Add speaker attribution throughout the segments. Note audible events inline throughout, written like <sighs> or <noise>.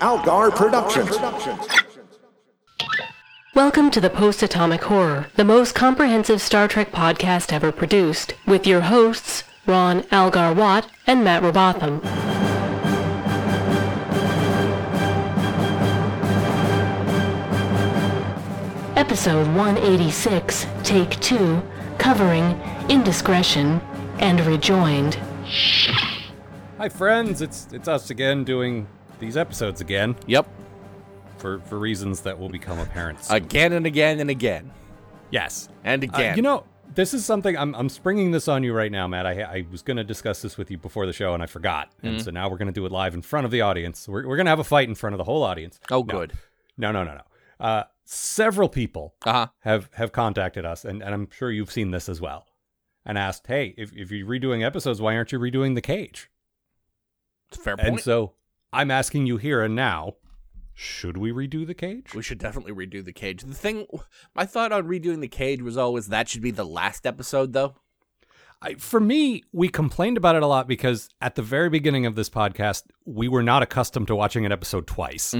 Speaker 1: Algar Productions.
Speaker 2: Welcome to the Post Atomic Horror, the most comprehensive Star Trek podcast ever produced, with your hosts, Ron Algar Watt and Matt Robotham. Episode 186, Take 2, covering Indiscretion and Rejoined.
Speaker 3: Hi friends, it's it's us again doing these episodes again
Speaker 4: Yep.
Speaker 3: for for reasons that will become apparent. soon.
Speaker 4: Again and again and again.
Speaker 3: yes,
Speaker 4: and
Speaker 3: Uh,
Speaker 4: again.
Speaker 3: you know, this is something I'm I'm springing this on you right now, Matt. I I was going to discuss this with you before the show and I forgot,
Speaker 4: Mm-hmm.
Speaker 3: and so now we're going to do it live in front of the audience. We're we're going to have a fight in front of the whole audience.
Speaker 4: Oh,
Speaker 3: No.
Speaker 4: good.
Speaker 3: No, no, no, no. Uh, several people
Speaker 4: Uh-huh.
Speaker 3: have have contacted us, and and I'm sure you've seen this as well, and asked, hey, if if you're redoing episodes, why aren't you redoing the cage?
Speaker 4: It's a fair point.
Speaker 3: And so I'm asking you here and now, should we redo the cage?
Speaker 4: we should definitely redo the cage. The thing, my thought on redoing the cage was always that should be the last episode, though.
Speaker 3: I, for me, we complained about it a lot because at the very beginning of this podcast, we were not accustomed to watching an episode twice.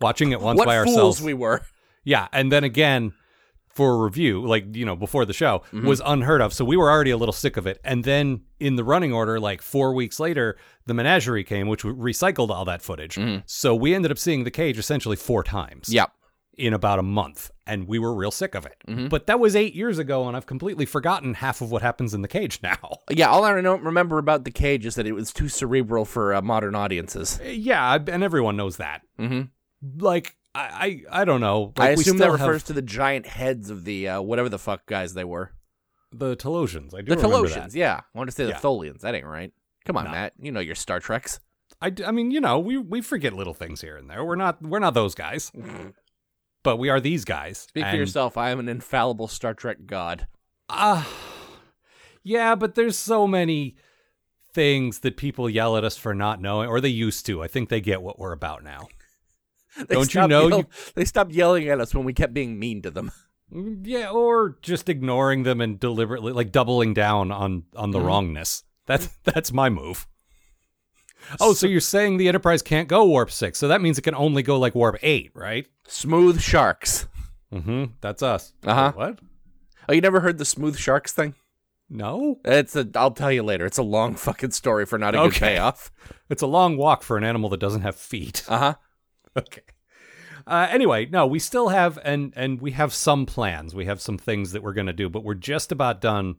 Speaker 3: Watching it once
Speaker 4: Mm-hmm. what
Speaker 3: by
Speaker 4: fools
Speaker 3: ourselves.
Speaker 4: we were. <laughs>
Speaker 3: yeah, and then again for a review, like, you know, before the show
Speaker 4: Mm-hmm.
Speaker 3: was unheard of. So we were already a little sick of it. And then in the running order, like four weeks later, the menagerie came, which recycled all that footage.
Speaker 4: Mm-hmm.
Speaker 3: So we ended up seeing the cage essentially four times.
Speaker 4: Yep.
Speaker 3: in about a month and we were real sick of it.
Speaker 4: Mm-hmm.
Speaker 3: But that was 8 years ago and I've completely forgotten half of what happens in the cage <laughs> now.
Speaker 4: Yeah, all I don't remember about the cage is that it was too cerebral for uh, modern audiences.
Speaker 3: yeah, I- and everyone knows that.
Speaker 4: Mhm.
Speaker 3: Like I I, I don't know.
Speaker 4: I
Speaker 3: Like, we
Speaker 4: assume that
Speaker 3: still have
Speaker 4: refers to the giant heads of the uh, whatever the fuck guys they were.
Speaker 3: the Telosians. I do
Speaker 4: The
Speaker 3: remember
Speaker 4: Talosians, yeah. I wanted to say
Speaker 3: Yeah.
Speaker 4: the Tholians. That ain't right. Come on,
Speaker 3: No.
Speaker 4: Matt. You know your Star Treks.
Speaker 3: that. I, d- I mean, you know, we we forget little things here and there. We're not we're not those
Speaker 4: <laughs>
Speaker 3: guys. but we are these guys.
Speaker 4: Speak for
Speaker 3: and-
Speaker 4: yourself. I am an infallible Star Trek god.
Speaker 3: Ah, yeah, but there's so many things that people yell at us for not knowing or they used to. I think they get what we're about now.
Speaker 4: <laughs> They
Speaker 3: Don't you
Speaker 4: stopped
Speaker 3: know
Speaker 4: yell-
Speaker 3: you-
Speaker 4: they stopped yelling at us when we kept being mean to them? <laughs>
Speaker 3: Mm, Yeah, or just ignoring them and deliberately like doubling down on on the wrongness. That's that's my move. Oh, Mm-hmm. so, you're saying the Enterprise can't go warp 6. So that means it can only go like warp 8, right?
Speaker 4: Smooth sharks.
Speaker 3: Mhm. That's us.
Speaker 4: Uh-huh.
Speaker 3: Wait, What?
Speaker 4: Oh, you never heard the smooth sharks thing?
Speaker 3: No.
Speaker 4: It's a. I'll tell you later. It's a long fucking story for not a good
Speaker 3: Okay.
Speaker 4: payoff.
Speaker 3: It's a long walk for an animal that doesn't have feet.
Speaker 4: Uh huh.
Speaker 3: <laughs> okay. Uh, anyway, no, we still have and and we have some plans. We have some things that we're going to do, but we're just about done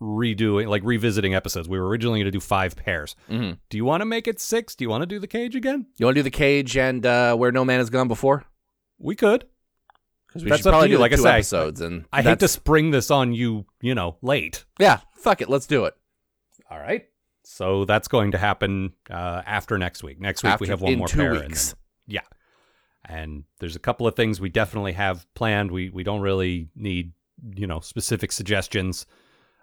Speaker 3: redoing like revisiting episodes. We were originally going to do 5 pairs.
Speaker 4: Mhm.
Speaker 3: Do you want to make it 6? Do you want to do the cage again?
Speaker 4: You want to do the cage and uh, where no man has gone before?
Speaker 3: We could.
Speaker 4: Because we
Speaker 3: That's
Speaker 4: should
Speaker 3: up to
Speaker 4: probably
Speaker 3: you,
Speaker 4: do the
Speaker 3: like I
Speaker 4: two
Speaker 3: say.
Speaker 4: episodes. And
Speaker 3: I hate to
Speaker 4: that's-
Speaker 3: spring this on you, you know, late.
Speaker 4: Yeah. Fuck it. Let's do it.
Speaker 3: All right. So that's going to happen uh, after next week. Next week
Speaker 4: After,
Speaker 3: we have one
Speaker 4: in
Speaker 3: more
Speaker 4: two
Speaker 3: pair. and
Speaker 4: weeks.
Speaker 3: then- And, there's a couple of things we definitely have planned. We we don't really need you know specific suggestions.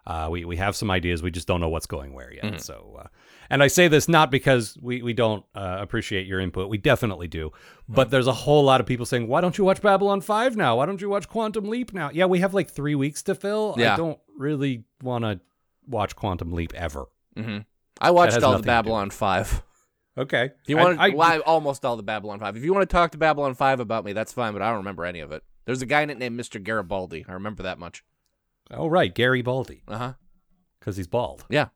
Speaker 3: Uh, we we have some ideas. We just don't know what's going where yet.
Speaker 4: Mhm.
Speaker 3: So, uh, and I say this not because we we don't uh, appreciate your input. We definitely do. But there's a whole lot of people saying, "Why don't you watch Babylon Five now? Why don't you watch Quantum Leap now?" Yeah, we have like three weeks to fill. I
Speaker 4: Yeah.
Speaker 3: don't really want to watch Quantum Leap ever.
Speaker 4: hmm I watched
Speaker 3: has
Speaker 4: all
Speaker 3: nothing to do
Speaker 4: the
Speaker 3: with <laughs>
Speaker 4: Babylon Five.
Speaker 3: Okay.
Speaker 4: If you
Speaker 3: And
Speaker 4: want?
Speaker 3: I-
Speaker 4: well, I- almost all the Babylon Five. If you want to talk to Babylon Five about me, that's fine. But I don't remember any of it. There's a guy in it named Mr. Garibaldi. I remember that much.
Speaker 3: oh right, Gary Baldy,
Speaker 4: Uh huh.
Speaker 3: because he's bald.
Speaker 4: Yeah.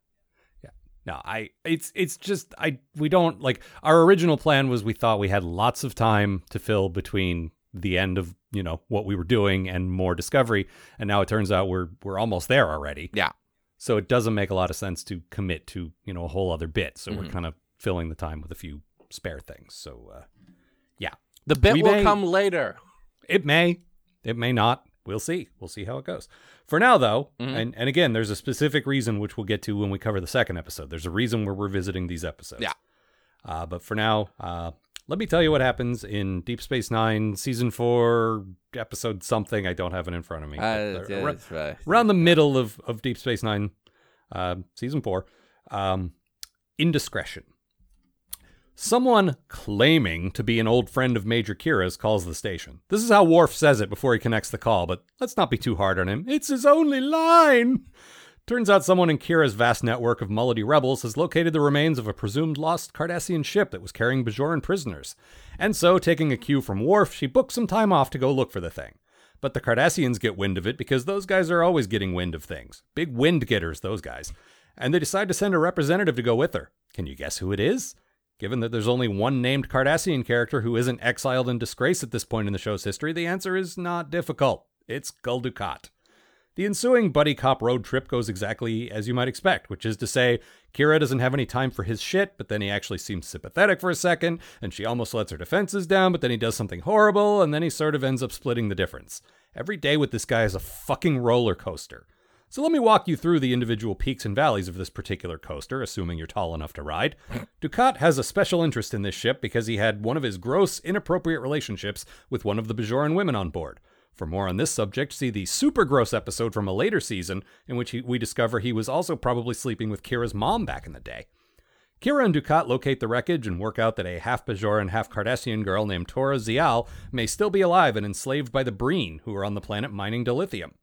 Speaker 3: No, I. It's it's just I. We don't like our original plan was we thought we had lots of time to fill between the end of you know what we were doing and more discovery, and now it turns out we're we're almost there already.
Speaker 4: Yeah.
Speaker 3: So it doesn't make a lot of sense to commit to you know a whole other bit. So we're
Speaker 4: Mhm.
Speaker 3: kind of filling the time with a few spare things. So uh,
Speaker 4: The bit
Speaker 3: We
Speaker 4: will
Speaker 3: may-
Speaker 4: come later.
Speaker 3: It may. It may not. We'll see. We'll see how it goes. For now, though,
Speaker 4: Mhm.
Speaker 3: and, and again, there's a specific reason which we'll get to when we cover the second episode. There's a reason we're revisiting these episodes.
Speaker 4: Yeah.
Speaker 3: Uh, but for now, uh, let me tell you what happens in Deep Space Nine, Season 4, Episode something. I don't have it in front of me.
Speaker 4: Uh,
Speaker 3: but
Speaker 4: yeah,
Speaker 3: ar-
Speaker 4: that's right.
Speaker 3: around the middle of, of Deep Space Nine, uh, season four, um, indiscretion. Someone claiming to be an old friend of Major Kira's calls the station. This is how Worf says it before he connects the call, but let's not be too hard on him. It's his only line. Turns out someone in Kira's vast network of Mullity rebels has located the remains of a presumed lost Cardassian ship that was carrying Bajoran prisoners. And so, taking a cue from Worf, she booked some time off to go look for the thing. But the Cardassians get wind of it because those guys are always getting wind of things. Big wind getters, those guys. And they decide to send a representative to go with her. Can you guess who it is? Given that there's only one named Cardassian character who isn't exiled in disgrace at this point in the show's history, the answer is not difficult. It's Gul Dukat. The ensuing buddy cop road trip goes exactly as you might expect, which is to say, Kira doesn't have any time for his shit, but then he actually seems sympathetic for a second, and she almost lets her defenses down, but then he does something horrible, and then he sort of ends up splitting the difference. Every day with this guy is a fucking roller coaster. So let me walk you through the individual peaks and valleys of this particular coaster, assuming you're tall enough to ride. Ducat has a special interest in this ship because he had one of his gross, inappropriate relationships with one of the Bajoran women on board. For more on this subject, see the super gross episode from a later season, in which he, we discover he was also probably sleeping with Kira's mom back in the day. Kira and Ducat locate the wreckage and work out that a half Bajoran, half Cardassian girl named Tora Zial may still be alive and enslaved by the Breen, who are on the planet mining dilithium.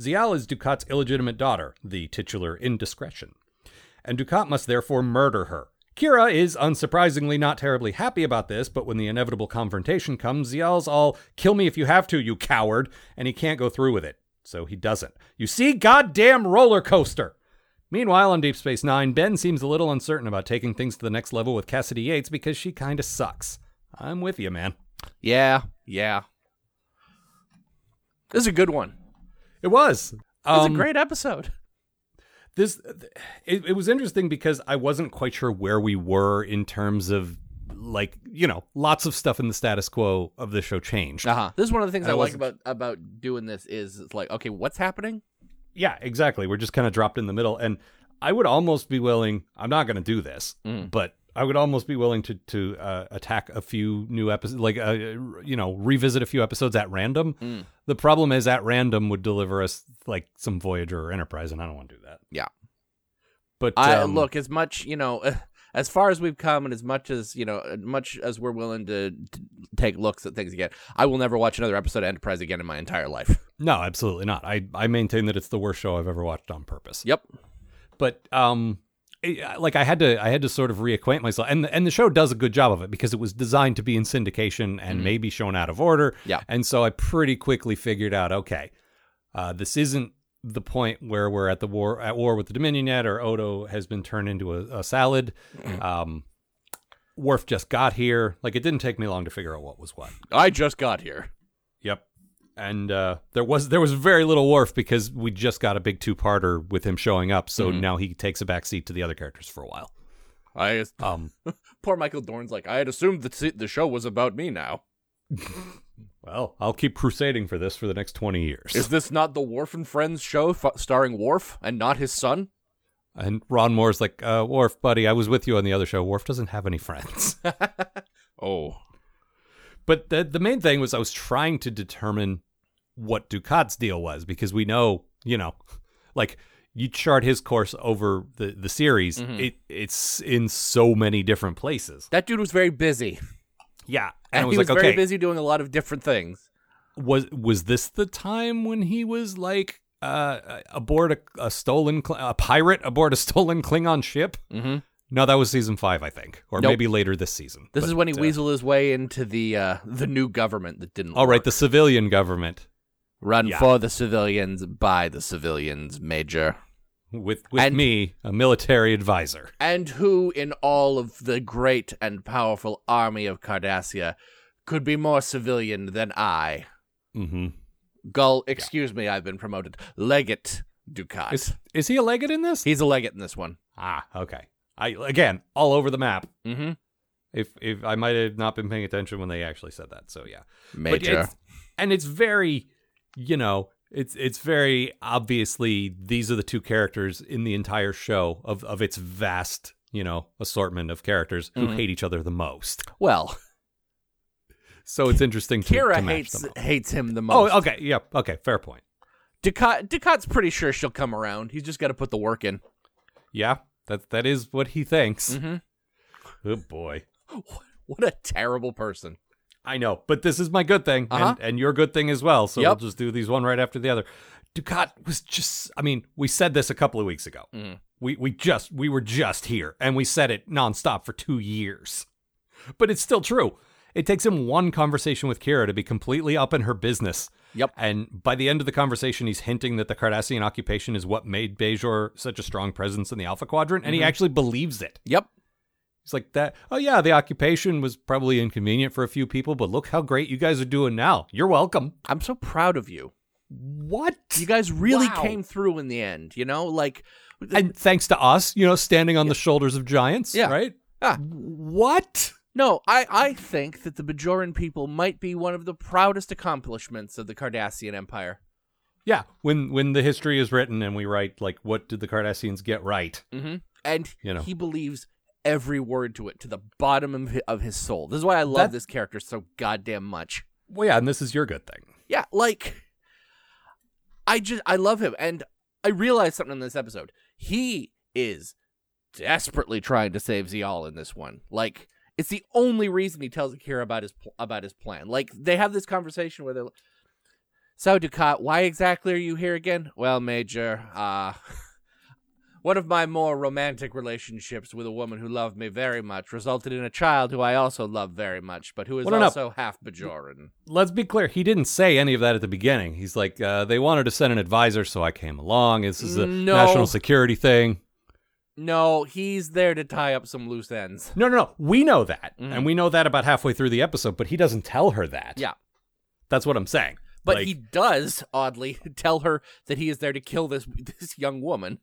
Speaker 3: Zial is Ducat's illegitimate daughter, the titular indiscretion, and Ducat must therefore murder her. Kira is unsurprisingly not terribly happy about this, but when the inevitable confrontation comes, Zial's all, kill me if you have to, you coward, and he can't go through with it. So he doesn't. You see, goddamn roller coaster! Meanwhile, on Deep Space Nine, Ben seems a little uncertain about taking things to the next level with Cassidy Yates because she kinda sucks. I'm with you, man.
Speaker 4: Yeah, yeah. This is a good one.
Speaker 3: It was.
Speaker 4: This is
Speaker 3: Um,
Speaker 4: a great episode.
Speaker 3: this it, it was interesting because i wasn't quite sure where we were in terms of like you know lots of stuff in the status quo of the show changed
Speaker 4: Uh huh. This is one of the things
Speaker 3: I
Speaker 4: I, like
Speaker 3: wasn't-
Speaker 4: about about doing this is it's like, okay, what's happening?
Speaker 3: yeah exactly we're just kind of dropped in the middle and i would almost be willing i'm not going to do this
Speaker 4: Mm.
Speaker 3: but i would almost be willing to to uh, attack a few new episodes like uh, you know revisit a few episodes at random
Speaker 4: Mm.
Speaker 3: the problem is at random would deliver us like some voyager or enterprise and i don't want to do that
Speaker 4: Yeah.
Speaker 3: but
Speaker 4: I
Speaker 3: um,
Speaker 4: Uh, look as much you know, <laughs> as far as we've come, and as much as you know, as much as we're willing to, to take looks at things again. I will never watch another episode of Enterprise again in my entire life.
Speaker 3: No, absolutely not. I, I maintain that it's the worst show I've ever watched on purpose.
Speaker 4: Yep.
Speaker 3: But um it- like I had to I had to sort of reacquaint myself and and the show does a good job of it because it was designed to be in syndication and maybe shown out of order.
Speaker 4: Mm-hmm. Yeah.
Speaker 3: And so I pretty quickly figured out okay, uh, this isn't the point where we're at the war at war with the Dominion yet or Odo has been turned into a, a salad.
Speaker 4: Mm-hmm.
Speaker 3: Um Worf just got here. Like it didn't take me long to figure out what was what.
Speaker 4: I just got here.
Speaker 3: Yep. And uh, there was there was very little Worf because we just got a big two parter with him showing up, so
Speaker 4: Mm-hmm.
Speaker 3: now he takes a back seat to the other characters for a while.
Speaker 4: I
Speaker 3: Um,
Speaker 4: poor Michael Dorn's like I had assumed that se- the show was about me. Now
Speaker 3: well, I'll keep crusading for this for the next twenty years.
Speaker 4: is this not the Worf and Friends show f- starring Worf and not his son?
Speaker 3: <laughs> and Ron Moore's like, uh, Worf, buddy, I was with you on the other show. Worf doesn't have any
Speaker 4: <laughs>
Speaker 3: friends.
Speaker 4: Oh,
Speaker 3: but the the main thing was I was trying to determine what Ducat's deal was because we know, you know, <laughs> like you chart his course over the the series,
Speaker 4: Mm-hmm.
Speaker 3: it it's in so many different places.
Speaker 4: that dude was very busy,
Speaker 3: Yeah,
Speaker 4: and,
Speaker 3: I
Speaker 4: he was very busy doing a lot of different things.
Speaker 3: was was this the time when he was like uh aboard a, a stolen Kl- a pirate aboard a <laughs> stolen Klingon ship?
Speaker 4: Mhm.
Speaker 3: No, that was season five, I think, or
Speaker 4: Nope.
Speaker 3: maybe later this season.
Speaker 4: This
Speaker 3: But,
Speaker 4: is when he
Speaker 3: uh,
Speaker 4: weaseled his way into the uh, the new government that didn't.
Speaker 3: All right,
Speaker 4: work.
Speaker 3: the civilian government
Speaker 4: run
Speaker 3: Yeah.
Speaker 4: for the civilians by the civilians, Major,
Speaker 3: with with
Speaker 4: And-
Speaker 3: me, a military advisor.
Speaker 4: and who in all of the great and powerful army of Cardassia could be more civilian than I?
Speaker 3: Mm-hmm.
Speaker 4: Gull, excuse me, I've been promoted. Legate Ducat.
Speaker 3: Is is he a legate in this?
Speaker 4: He's a legate in this one.
Speaker 3: ah, okay. I again all over the map.
Speaker 4: Mm-hmm.
Speaker 3: If if I might have not been paying attention when they actually said that, so yeah. But
Speaker 4: Major.
Speaker 3: it's- and it's very, you know, it's it's very obviously these are the two characters in the entire show of of its vast, you know, assortment of characters who
Speaker 4: Mm-hmm.
Speaker 3: hate each other the most.
Speaker 4: well,
Speaker 3: So it's interesting. to- to
Speaker 4: Kira
Speaker 3: match
Speaker 4: hates
Speaker 3: them up.
Speaker 4: hates him the most.
Speaker 3: Oh, okay. Yep. Okay. Fair point.
Speaker 4: Ducat Ducat's pretty sure she'll come around. He's just got to put the work in. <laughs>
Speaker 3: Yeah. That that is what he thinks.
Speaker 4: Mhm.
Speaker 3: Oh boy.
Speaker 4: What a terrible person.
Speaker 3: I know, but this is my good thing,
Speaker 4: Uh-huh.
Speaker 3: and, and your good thing as well. So
Speaker 4: Yep.
Speaker 3: we'll just do these one right after the other. Ducat was just I mean, we said this a couple of weeks ago.
Speaker 4: Mhm.
Speaker 3: We we just we were just here and we said it nonstop for 2 years. But it's still true. It takes him one conversation with Kira to be completely up in her business.
Speaker 4: Yep.
Speaker 3: And by the end of the conversation, he's hinting that the Cardassian occupation is what made Bejor such a strong presence in the Alpha Quadrant,
Speaker 4: Mm-hmm.
Speaker 3: and he actually believes it.
Speaker 4: Yep.
Speaker 3: It's like that. Oh yeah, the occupation was probably inconvenient for a few people, but look how great you guys are doing now. You're welcome.
Speaker 4: I'm so proud of you.
Speaker 3: What?
Speaker 4: You guys really
Speaker 3: Wow.
Speaker 4: came through in the end, you know? Like
Speaker 3: and thanks to us, you know, standing on the shoulders of giants,
Speaker 4: Yeah.
Speaker 3: right?
Speaker 4: Ah.
Speaker 3: What?
Speaker 4: No, I, I think that the Bajoran people might be one of the proudest accomplishments of the Cardassian Empire.
Speaker 3: Yeah, when when the history is written and we write like what did the Cardassians get right?
Speaker 4: Mm-hmm. And
Speaker 3: You know.
Speaker 4: he believes every word to it to the bottom of his, of his soul. This is why I
Speaker 3: That-
Speaker 4: love this character so goddamn much.
Speaker 3: Well, yeah, and this is your good thing.
Speaker 4: Yeah, like I just I love him and I realized something in this episode. He is desperately trying to save Zial in this one. Like it's the only reason he tells Akira about his pl- about his plan. Like they have this conversation where they're like, "So Ducat, why exactly are you here again?" "Well, Major, uh <laughs> one of my more romantic relationships with a woman who loved me very much resulted in a child who I also love very much, but who is
Speaker 3: Well, no, no.
Speaker 4: also half Bajoran."
Speaker 3: Let's be clear, he didn't say any of that at the beginning. He's like, uh, they wanted to send an advisor, so I came along. This is a
Speaker 4: No.
Speaker 3: national security thing.
Speaker 4: No, he's there to tie up some loose ends.
Speaker 3: No, no, no. We know that,
Speaker 4: Mhm.
Speaker 3: and we know that about halfway through the episode, but he doesn't tell her that.
Speaker 4: Yeah.
Speaker 3: that's what I'm saying.
Speaker 4: But
Speaker 3: Like-
Speaker 4: he does, oddly, <laughs> tell her that he is there to kill this <laughs> this young woman.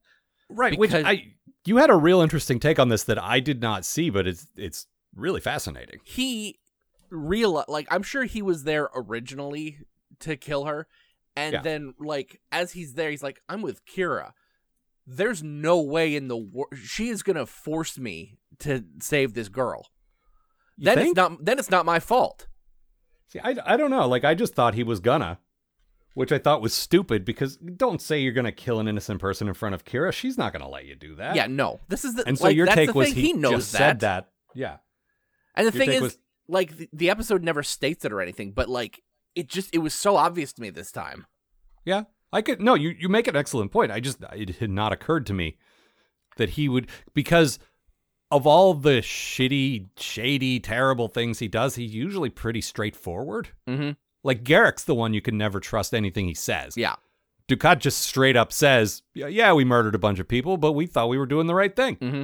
Speaker 3: right?
Speaker 4: because-
Speaker 3: Which I, you had a real interesting take on this that I did not see, but it's it's really fascinating.
Speaker 4: He real like I'm sure he was there originally to kill her, and
Speaker 3: Yeah.
Speaker 4: then like as he's there, he's like, "I'm with Kira. There's no way in the world she is gonna force me to save this girl.
Speaker 3: You
Speaker 4: then
Speaker 3: think?
Speaker 4: it's not then it's not my fault."
Speaker 3: See, I, I don't know. Like, I just thought he was gonna, which I thought was stupid because don't say you're gonna kill an innocent person in front of Kira. She's not gonna let you do that.
Speaker 4: yeah, no. This is the
Speaker 3: And so
Speaker 4: like,
Speaker 3: your
Speaker 4: that's
Speaker 3: take
Speaker 4: the
Speaker 3: was
Speaker 4: thing,
Speaker 3: he,
Speaker 4: knows
Speaker 3: just said that. Yeah.
Speaker 4: And the
Speaker 3: Your
Speaker 4: thing
Speaker 3: take
Speaker 4: is,
Speaker 3: was-
Speaker 4: like, the, the episode never states it or anything, but like, it just it was so obvious to me this time.
Speaker 3: Yeah. I could no, you you make an excellent point. I just it had not occurred to me that he would because of all the shitty, shady, terrible things he does, he's usually pretty straightforward.
Speaker 4: Mm-hmm.
Speaker 3: Like Garrick's the one you can never trust anything he says.
Speaker 4: Yeah,
Speaker 3: Ducat just straight up says, "Yeah, "Yeah, we murdered a bunch of people, but we thought we were doing the right thing."
Speaker 4: mm-hmm.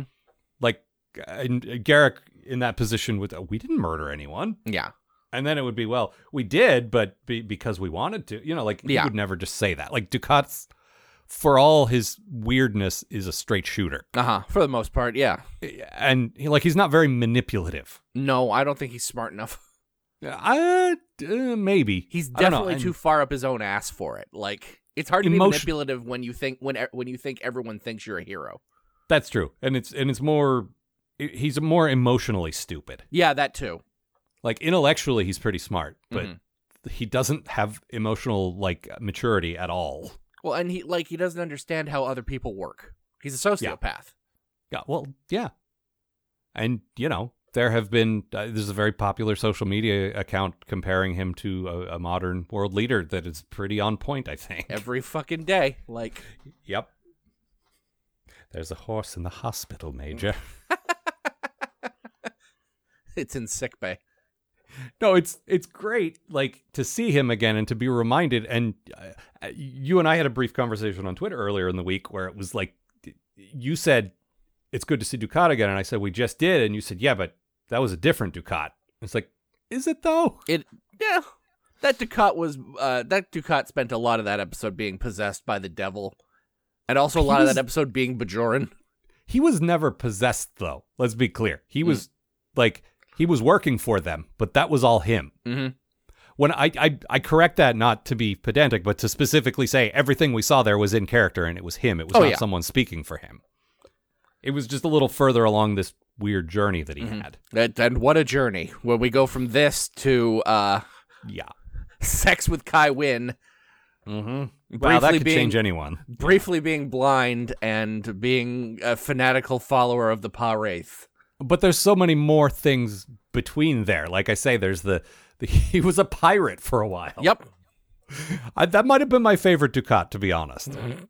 Speaker 3: Like and Garrick in that position with, "We didn't murder anyone."
Speaker 4: yeah,
Speaker 3: And then it would be, well, we did, but be, because we wanted to, you know, like
Speaker 4: Yeah.
Speaker 3: he would never just say that. Like Ducat's, for all his weirdness, is a straight shooter,
Speaker 4: uh huh. For the most part, yeah.
Speaker 3: and he, like he's not very manipulative.
Speaker 4: No, I don't think he's smart enough. <laughs>
Speaker 3: Uh, uh, maybe
Speaker 4: He's
Speaker 3: I don't know,
Speaker 4: definitely
Speaker 3: and-
Speaker 4: too far up his own ass for it. Like, it's hard to
Speaker 3: Emotion-
Speaker 4: be manipulative when you think when e- when you think everyone thinks you're a hero.
Speaker 3: That's true, and it's and it's more. He's more emotionally stupid.
Speaker 4: Yeah, that too.
Speaker 3: Like intellectually, he's pretty smart, but
Speaker 4: Mhm.
Speaker 3: he doesn't have emotional like maturity at all.
Speaker 4: Well, and he like he doesn't understand how other people work. He's a sociopath.
Speaker 3: Yeah, well, yeah. And, you know, there have been, uh, there's a very popular social media account comparing him to a, a modern world leader that is pretty on point, I think.
Speaker 4: Every fucking day, like <laughs>
Speaker 3: Yep. There's a horse in the hospital, Major.
Speaker 4: it's in sick bay.
Speaker 3: <laughs> no, it's it's great, like to see him again and to be reminded. And uh, you and I had a brief conversation on Twitter earlier in the week where it was like, you said it's good to see Ducat again, and I said we just did, and you said yeah, but that was a different Ducat. It's like, is it though?
Speaker 4: It yeah. That Ducat was uh that Ducat spent a lot of that episode being possessed by the devil. And also a
Speaker 3: He
Speaker 4: lot of
Speaker 3: was-
Speaker 4: that episode being Bajoran.
Speaker 3: he was never possessed though let's be clear he
Speaker 4: Mm.
Speaker 3: was like he was working for them but that was all him
Speaker 4: Mhm.
Speaker 3: when I, I i correct that not to be pedantic but to specifically say everything we saw there was in character and it was him it was
Speaker 4: Oh,
Speaker 3: not
Speaker 4: yeah.
Speaker 3: someone speaking for him it was just a little further along this weird journey that he
Speaker 4: Mm-hmm.
Speaker 3: had
Speaker 4: And, and what a journey when we go from this to uh
Speaker 3: yeah
Speaker 4: sex with Kai Win,
Speaker 3: mm-hmm. wow
Speaker 4: Briefly
Speaker 3: that could
Speaker 4: being-
Speaker 3: change anyone
Speaker 4: briefly being blind and being a fanatical follower of the Pa Wraith.
Speaker 3: but there's so many more <laughs> things between there like i say there's the, the he was a pirate for a while
Speaker 4: Yep.
Speaker 3: I, that might have been my favorite Ducat, to be honest.
Speaker 4: Mm-hmm.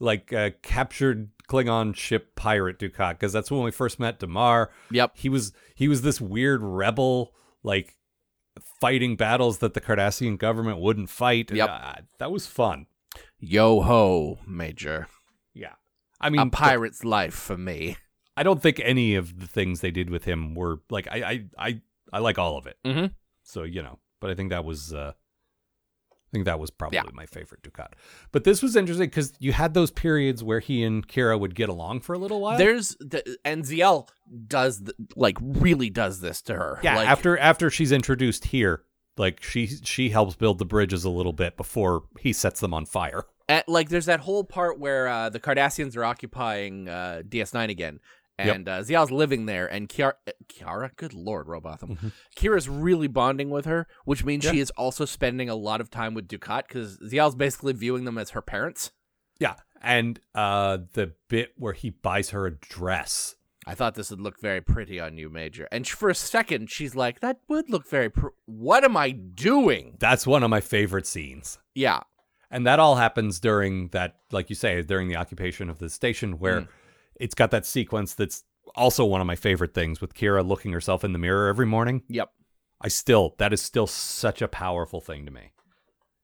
Speaker 3: like uh, captured Klingon ship pirate Ducat, because that's when we first met Damar.
Speaker 4: Yep.
Speaker 3: He was he was this weird rebel, like fighting battles that the Cardassian government wouldn't fight.
Speaker 4: Yep.
Speaker 3: Uh, that was fun.
Speaker 4: Yo ho, Major.
Speaker 3: Yeah. I mean,
Speaker 4: A
Speaker 3: the-
Speaker 4: pirate's life for me.
Speaker 3: I don't think any of the things they did with him were like I I I, I like all of it.
Speaker 4: Mhm.
Speaker 3: So you know, but I think that was uh, I think that was probably
Speaker 4: Yeah.
Speaker 3: my favorite Ducat. But this was interesting because you had those periods where he and Kira would get along for a little while.
Speaker 4: There's the, and ZL does th- like really does this to her.
Speaker 3: yeah,
Speaker 4: Like,
Speaker 3: after after she's introduced here, like she she helps build the bridges a little bit before he sets them on fire.
Speaker 4: at, like there's that whole part where uh, the Cardassians are occupying uh, DS9 again,
Speaker 3: Yep.
Speaker 4: and uh, Zial's living there, and Kiara, uh, Kiara, good lord, Robotham,
Speaker 3: Mhm.
Speaker 4: Kira's really bonding with her, which means
Speaker 3: Yeah.
Speaker 4: she is also spending a lot of time with Ducat because Zial's basically viewing them as her parents.
Speaker 3: Yeah, and uh, the bit where he buys her a dress.
Speaker 4: I thought this would look very pretty on you, Major. And for a second, she's like, "That would look very. Pr- what am I doing?"
Speaker 3: That's one of my favorite scenes.
Speaker 4: Yeah,
Speaker 3: and that all happens during that like you say during the occupation of the station where it's got that sequence that's also one of my favorite things with kira looking herself in the mirror every morning
Speaker 4: yep,
Speaker 3: i still that is still such a powerful thing to me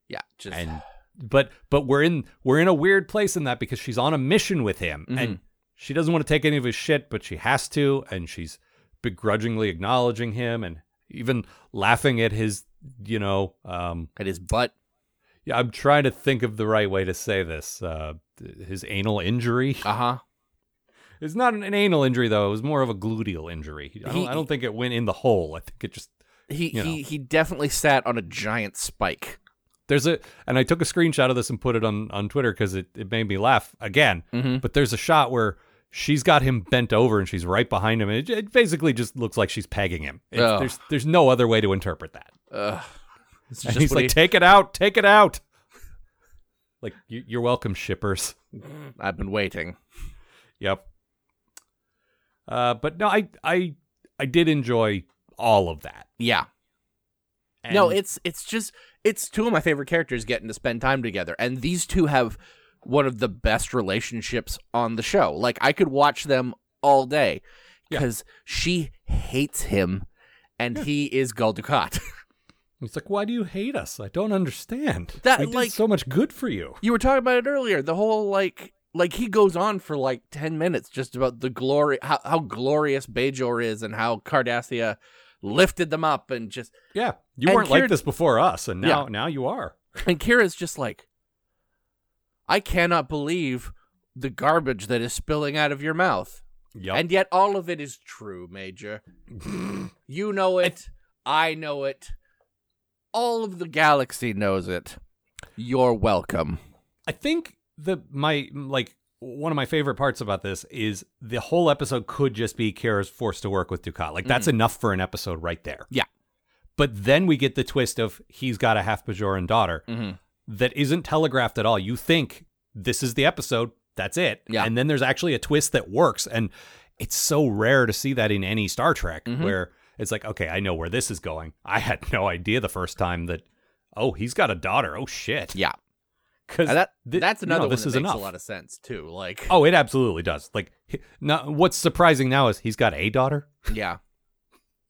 Speaker 4: yeah. Just
Speaker 3: and but but we're in we're in a weird place in that because she's on a mission with him and she doesn't want to take any of his shit but she has to and she's begrudgingly acknowledging him and even laughing at his you know um
Speaker 4: at his butt.
Speaker 3: yeah, I'm trying to think of the right way to say this. Uh, th- his anal injury. <laughs>
Speaker 4: Uh huh.
Speaker 3: It's not an, an anal injury though. It was more of a gluteal injury. I don't,
Speaker 4: He-
Speaker 3: I don't think it went in the hole. I think it just
Speaker 4: He
Speaker 3: You
Speaker 4: he
Speaker 3: know.
Speaker 4: he definitely sat on a giant spike.
Speaker 3: there's a and I took a screenshot of this and put it on on Twitter because it it made me laugh again.
Speaker 4: Mhm.
Speaker 3: But there's a shot where she's got him bent over and she's right behind him. And it, it basically just looks like she's pegging him. It's,
Speaker 4: Ugh.
Speaker 3: There's there's no other way to interpret that.
Speaker 4: Ugh. It's
Speaker 3: And
Speaker 4: just
Speaker 3: he's
Speaker 4: what
Speaker 3: like, take it out, take it out. <laughs> like you, you're welcome, shippers.
Speaker 4: he- I've been waiting.
Speaker 3: Yep. Uh, but no, I I I did enjoy all of that.
Speaker 4: Yeah. no,
Speaker 3: And-
Speaker 4: it's it's just it's two of my favorite characters getting to spend time together, and these two have one of the best relationships on the show. Like I could watch them all day
Speaker 3: Yeah.
Speaker 4: because she hates him, and he is Gul Dukat.
Speaker 3: it's like, why do you hate us? I don't understand.
Speaker 4: That,
Speaker 3: we did
Speaker 4: like-
Speaker 3: so much good for you.
Speaker 4: <laughs> you were talking about it earlier. The whole like like he goes on for like ten minutes just about the glory how how glorious Bajor is and how Cardassia lifted them up and just
Speaker 3: Yeah, you
Speaker 4: And
Speaker 3: weren't
Speaker 4: here-
Speaker 3: like this before us, and now now you are.
Speaker 4: <laughs> And Kira's just like, I cannot believe the garbage that is spilling out of your mouth.
Speaker 3: Yep.
Speaker 4: And yet all of it is true, <laughs> Major. you know it. I know it. All of the galaxy knows it. You're welcome.
Speaker 3: I think the my like one of my favorite parts about this is the whole episode could just be Kara's forced to work with Ducat. Like that's enough for an episode right there.
Speaker 4: Mm-hmm. Yeah.
Speaker 3: But then we get the twist of he's got a half Bajoran daughter
Speaker 4: Mhm.
Speaker 3: that isn't telegraphed at all. You think this is the episode, that's it.
Speaker 4: Yeah.
Speaker 3: And then there's actually a twist that works. And it's so rare to see that in any Star Trek
Speaker 4: Mhm.
Speaker 3: where it's like, okay, I know where this is going. I had no idea the first time that, oh, he's got a daughter. Oh, shit.
Speaker 4: Yeah.
Speaker 3: Because
Speaker 4: And that,
Speaker 3: thi-
Speaker 4: that's
Speaker 3: no,
Speaker 4: another one
Speaker 3: this
Speaker 4: that
Speaker 3: is
Speaker 4: makes
Speaker 3: enough.
Speaker 4: a lot of sense too. Like
Speaker 3: Oh, it absolutely does. Like, h- now, what's surprising now is he's got a daughter.
Speaker 4: <laughs> yeah.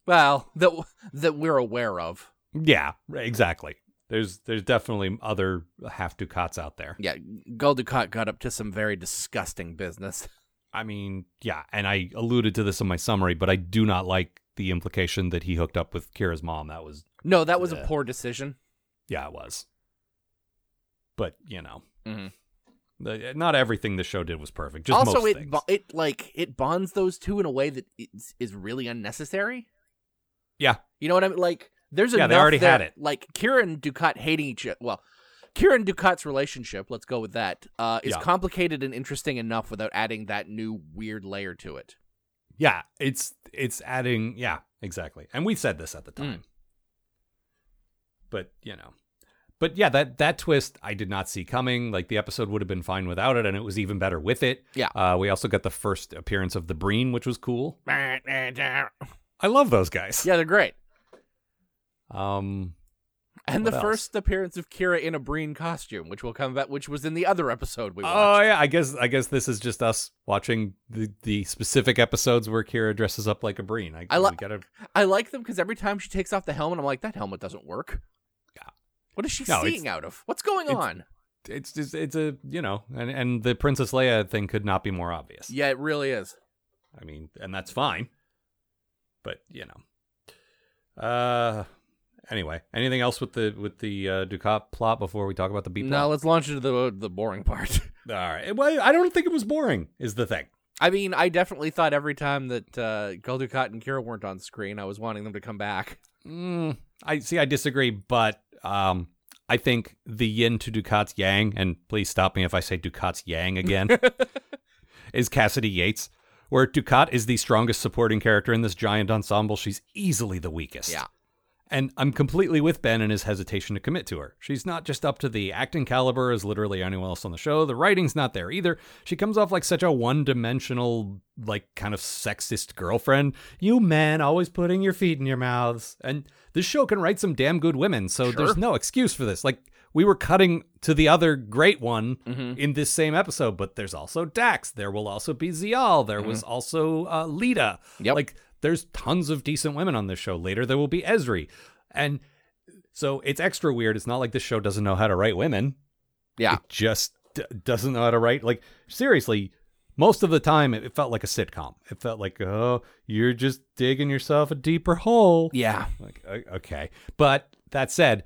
Speaker 4: Well, that that we're aware of.
Speaker 3: Yeah, exactly. There's there's definitely other half Ducats out there.
Speaker 4: Yeah, Gul Dukat got up to some very disgusting business.
Speaker 3: I mean, yeah, and I alluded to this in my summary, but I do not like the implication that he hooked up with Kira's mom. That was,
Speaker 4: No, that was
Speaker 3: Yeah.
Speaker 4: a poor decision.
Speaker 3: yeah, it was. But you know,
Speaker 4: Mhm.
Speaker 3: the, not everything the show did was perfect. Just
Speaker 4: also,
Speaker 3: most
Speaker 4: it
Speaker 3: things.
Speaker 4: bo- it like it bonds those two in a way that is, is really unnecessary.
Speaker 3: yeah,
Speaker 4: You know what I mean? Like, there's
Speaker 3: Yeah, they
Speaker 4: enough
Speaker 3: already
Speaker 4: there-
Speaker 3: had it.
Speaker 4: Like Kira and Ducat hating each other. Well, Kira and Ducat's relationship, let's go with that, uh, is
Speaker 3: Yeah.
Speaker 4: complicated and interesting enough without adding that new weird layer
Speaker 3: <laughs>
Speaker 4: to it.
Speaker 3: yeah, it's it's adding, yeah, exactly. And we said this at the
Speaker 4: Hmm.
Speaker 3: time, but you know, but yeah, that that twist I did not see coming. Like the episode would have been fine without it, and it was even better with it.
Speaker 4: Yeah.
Speaker 3: Uh, we also got the first appearance of the Breen, which was cool. I love those guys.
Speaker 4: Yeah, they're great.
Speaker 3: Um,
Speaker 4: And
Speaker 3: What
Speaker 4: the
Speaker 3: else?
Speaker 4: first appearance of Kira in a Breen costume, which will come back, which was in the other episode we watched.
Speaker 3: Oh yeah, I guess I guess this is just us watching the, the specific episodes where Kira dresses up like a Breen. I,
Speaker 4: I lo-
Speaker 3: we gotta
Speaker 4: I like them because every time she takes off the helmet, I'm like, that helmet doesn't work.
Speaker 3: Yeah.
Speaker 4: What is she
Speaker 3: No, it's-
Speaker 4: seeing out of? What's going
Speaker 3: it's-
Speaker 4: on?
Speaker 3: it's just it's a you know and and the Princess Leia thing could not be more obvious.
Speaker 4: Yeah, it really is.
Speaker 3: I mean, and that's fine. But you know, uh, anyway, anything else with the with the uh, Ducat plot before we talk about the B
Speaker 4: Now
Speaker 3: plot?
Speaker 4: let's launch into the the boring part. <laughs>
Speaker 3: All right. Well, I don't think it was boring. Is the thing.
Speaker 4: I mean, I definitely thought every time that uh, Gul Dukat and Kira weren't on screen, I was wanting them to come back.
Speaker 3: Mm, I see. I disagree, but um, I think the yin to Ducat's yang, and please stop me if I say Ducat's yang again, <laughs> is Cassidy Yates. Where Ducat is the strongest supporting character in this giant ensemble, she's easily the weakest.
Speaker 4: Yeah.
Speaker 3: And I'm completely with Ben in his hesitation to commit to her. She's not just up to the acting caliber as literally anyone else on the show. The writing's not there either. She comes off like such a one dimensional, like kind of sexist girlfriend. You men always putting your feet in your mouths. And this show can write some damn good women, so
Speaker 4: Sure.
Speaker 3: there's no excuse for this. Like, we were cutting to the other great one
Speaker 4: Mm-hmm.
Speaker 3: in this same episode, but there's also Dax. There will also be Zial. There was also uh, Lita.
Speaker 4: Mm-hmm. Yep.
Speaker 3: Like, there's tons of decent women on this show. Later, there will be Esri. And so it's extra weird. It's not like this show doesn't know how to write women.
Speaker 4: Yeah.
Speaker 3: It just d- doesn't know how to write. Like, seriously, most of the time, it, it felt like a sitcom. It felt like, oh, you're just digging yourself a deeper hole.
Speaker 4: Yeah.
Speaker 3: Like, o- okay. But that said,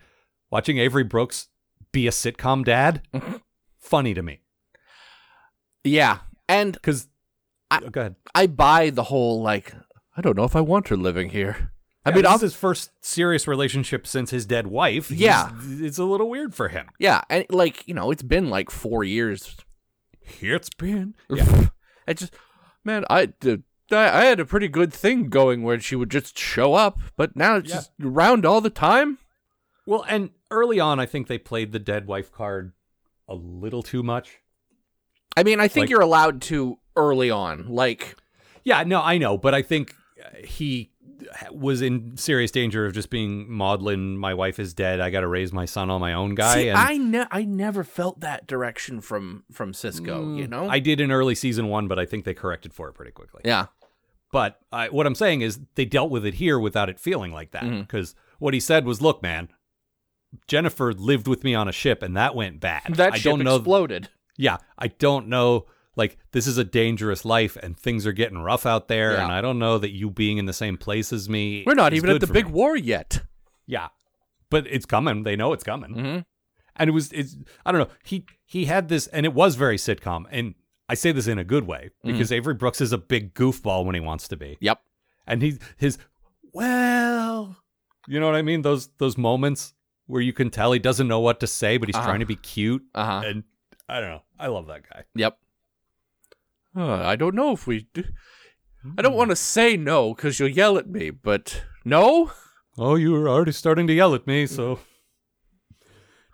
Speaker 3: watching Avery Brooks be a sitcom
Speaker 4: <laughs>
Speaker 3: dad, funny to me.
Speaker 4: Yeah. And
Speaker 3: Because,
Speaker 4: I-
Speaker 3: go ahead.
Speaker 4: I buy the whole, like, I don't know if I want her living here. I mean,
Speaker 3: this
Speaker 4: I'll
Speaker 3: is his first serious relationship since his dead wife. He's-
Speaker 4: Yeah.
Speaker 3: it's a little weird for him.
Speaker 4: Yeah, and like you know, it's been like four years.
Speaker 3: It's been.
Speaker 4: <laughs> I just, man, I did. I I had a pretty good thing going where she would just show up, but now it's
Speaker 3: Yeah.
Speaker 4: just around all the time.
Speaker 3: Well, and early on, I think they played the dead wife card a little too much.
Speaker 4: I mean, I think
Speaker 3: Like-
Speaker 4: you're allowed to early on. Like,
Speaker 3: Yeah, no, I know, but I think uh, he was in serious danger of just being maudlin. My wife is dead. I got to raise my son on my own, guy.
Speaker 4: see,
Speaker 3: and
Speaker 4: I ne- I never felt that direction from from Cisco. you know,
Speaker 3: Mm, I did in early season one, but I think they corrected for it pretty quickly.
Speaker 4: yeah,
Speaker 3: But I, what I'm saying is they dealt with it here without it feeling like that.
Speaker 4: Mm-hmm.
Speaker 3: Because what he said was, "Look, man, Jennifer lived with me on a ship, and that went bad.
Speaker 4: that
Speaker 3: I
Speaker 4: ship
Speaker 3: don't know.
Speaker 4: exploded.
Speaker 3: yeah, I don't know. Like this is a dangerous life, and things are getting rough out there,
Speaker 4: Yeah.
Speaker 3: and I don't know that you being in the same place as me.
Speaker 4: We're not
Speaker 3: is
Speaker 4: even at
Speaker 3: good
Speaker 4: the
Speaker 3: for
Speaker 4: big
Speaker 3: me."
Speaker 4: war yet.
Speaker 3: Yeah, but it's coming. They know it's coming
Speaker 4: Mm-hmm.
Speaker 3: and it was it's i don't know he he had this and it was very sitcom and i say this in a good way
Speaker 4: Mm-hmm.
Speaker 3: because avery brooks is a big goofball when he wants to be
Speaker 4: Yep.
Speaker 3: and he his well you know what i mean those those moments where you can tell he doesn't know what to say but he's
Speaker 4: Uh-huh.
Speaker 3: trying to be cute
Speaker 4: Uh huh.
Speaker 3: and i don't know i love that guy
Speaker 4: Yep. Uh, I don't know if we. Do. I
Speaker 3: Hmm.
Speaker 4: don't want to say no because you'll yell at me, but no,
Speaker 3: oh you were already starting to yell at me so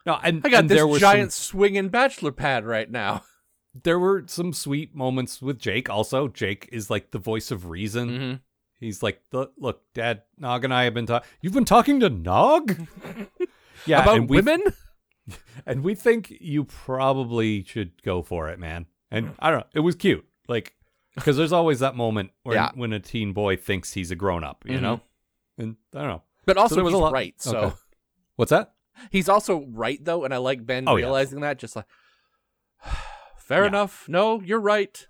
Speaker 3: no and
Speaker 4: I got
Speaker 3: and
Speaker 4: this
Speaker 3: there were some-
Speaker 4: giant swinging bachelor pad right now.
Speaker 3: there were some sweet moments with jake also jake is like the voice of reason
Speaker 4: Mm-hmm.
Speaker 3: He's like, "Look- look, Dad, Nog and I have been talking. You've been talking to Nog?
Speaker 4: <laughs>
Speaker 3: yeah,
Speaker 4: About
Speaker 3: and we,
Speaker 4: women?
Speaker 3: and we think you probably should go for it, man. And I don't know, it was cute, like, because there's always that moment where
Speaker 4: Yeah.
Speaker 3: when a teen boy thinks he's a grown up, you
Speaker 4: Mhm.
Speaker 3: know. And I don't know.
Speaker 4: But also,
Speaker 3: there was
Speaker 4: he's
Speaker 3: a lot-
Speaker 4: right. So
Speaker 3: Okay. What's that?
Speaker 4: he's also right though, and I like Ben
Speaker 3: Oh, yeah.
Speaker 4: realizing that. Just like, <sighs> fair
Speaker 3: Yeah.
Speaker 4: enough. No, you're right.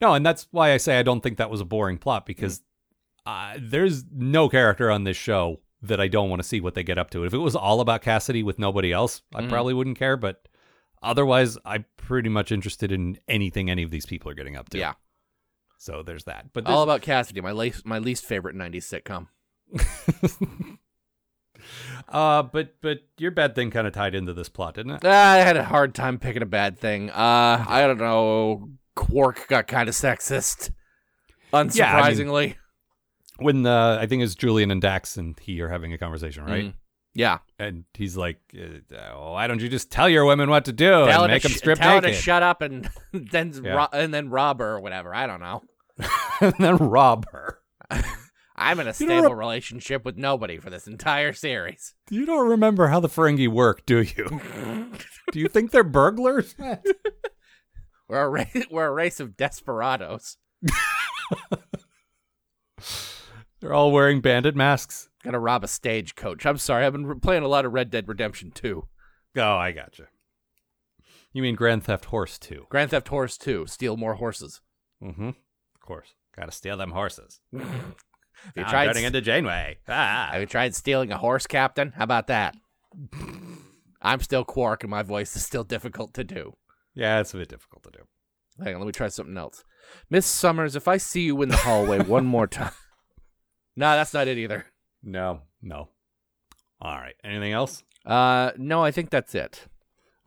Speaker 3: No, and that's why I say I don't think that was a boring plot
Speaker 4: Mm-hmm.
Speaker 3: because uh, there's no character on this show that I don't want to see what they get up to. If it was all about Cassidy with nobody else, I
Speaker 4: Mhm.
Speaker 3: probably wouldn't care. But otherwise, I'm pretty much interested in anything any of these people are getting up to.
Speaker 4: Yeah,
Speaker 3: So there's that. But
Speaker 4: all about Cassidy, my least my least favorite '90s sitcom.
Speaker 3: there's- uh, but but your bad thing kind of tied into this plot, didn't it?
Speaker 4: Ah, I had a hard time picking a bad thing. Uh, I don't know. Quark got kind of sexist. Unsurprisingly.
Speaker 3: Yeah, I mean- When uh, I think it's Julian and Dax and he are having a conversation, right?
Speaker 4: Mhm. Yeah.
Speaker 3: And he's like, uh, "Oh, "Why don't you just tell your women what to do
Speaker 4: Tell her
Speaker 3: and
Speaker 4: to
Speaker 3: make them
Speaker 4: Oh, sh-
Speaker 3: strip
Speaker 4: tell her
Speaker 3: naked?" <laughs>
Speaker 4: to shut up and <laughs> then
Speaker 3: Yeah.
Speaker 4: ro- and then rob her or whatever. I don't know.
Speaker 3: and then rob her.
Speaker 4: I'm in a
Speaker 3: You know what-
Speaker 4: stable relationship with nobody for this entire series. <laughs>
Speaker 3: You don't remember how the Ferengi work, do you? do you think they're burglars? <laughs>
Speaker 4: We're a ra- <laughs> we're a race of desperados.
Speaker 3: they're all wearing bandit masks.
Speaker 4: Gonna rob a stagecoach. I'm sorry. I've been re- playing a lot of Red Dead Redemption 2,
Speaker 3: Oh, I gotcha. You mean Grand Theft Horse 2?
Speaker 4: Grand Theft Horse 2, steal more horses.
Speaker 3: Mm-hmm. Of course. Gotta steal them horses.
Speaker 4: They
Speaker 3: Now
Speaker 4: tried
Speaker 3: I'm turning
Speaker 4: s-
Speaker 3: into Janeway. Ah.
Speaker 4: Have you tried stealing a horse, Captain? How about that? I'm still Quark, and my voice is still difficult to do.
Speaker 3: yeah, it's a bit difficult to do.
Speaker 4: Hang on, let me try something else. Miss Summers, if I see you in the hallway one more time. <laughs> No, that's not it either.
Speaker 3: No. No. All right. Anything else?
Speaker 4: Uh, no, I think that's it.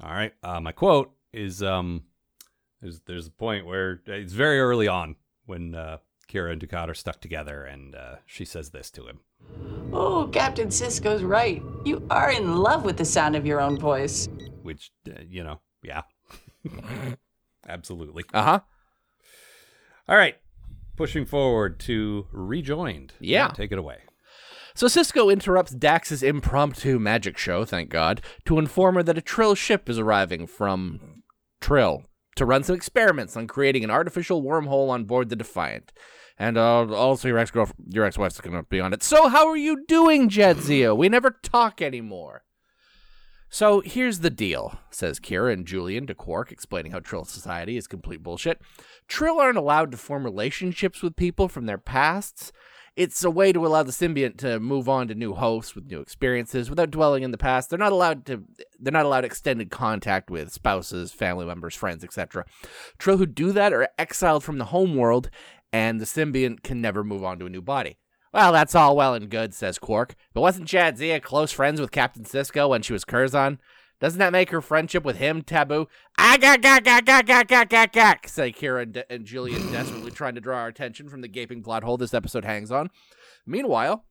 Speaker 3: All right. Uh, my quote is um, there's there's a point where it's very early on when uh, Kira and Ducat are stuck together, and uh, she says this to him.
Speaker 1: Oh, Captain Cisco's right. You are in love with the sound of your own voice.
Speaker 3: which uh, you know, yeah, <laughs> absolutely.
Speaker 4: Uh huh.
Speaker 3: All right, pushing forward to rejoined.
Speaker 4: Yeah.
Speaker 3: take it away.
Speaker 4: So Cisco interrupts Dax's impromptu magic show, thank God, to inform her that a Trill ship is arriving from Trill to run some experiments on creating an artificial wormhole on board the Defiant. And uh, also your ex girlfriend, your ex wife's going to be on it. So how are you doing, Jedzia? We never talk anymore. So here's the deal, says Kira and Julian to Quark, explaining how Trill society is complete bullshit. Trill aren't allowed to form relationships with people from their pasts. It's a way to allow the symbiont to move on to new hosts with new experiences without dwelling in the past. They're not allowed to they're not allowed extended contact with spouses, family members, friends, etc. Trill who do that are exiled from the homeworld, and the symbiont can never move on to a new body. Well, that's all well and good, says Quark. But wasn't Jadzia close friends with Captain Cisco when she was Curzon? Doesn't that make her friendship with him taboo? Ah, gah, gah, gah, gah, gah, gah, gah, gah, say Kira and, and Julian, desperately trying to draw our attention from the gaping plot hole this episode hangs on. Meanwhile,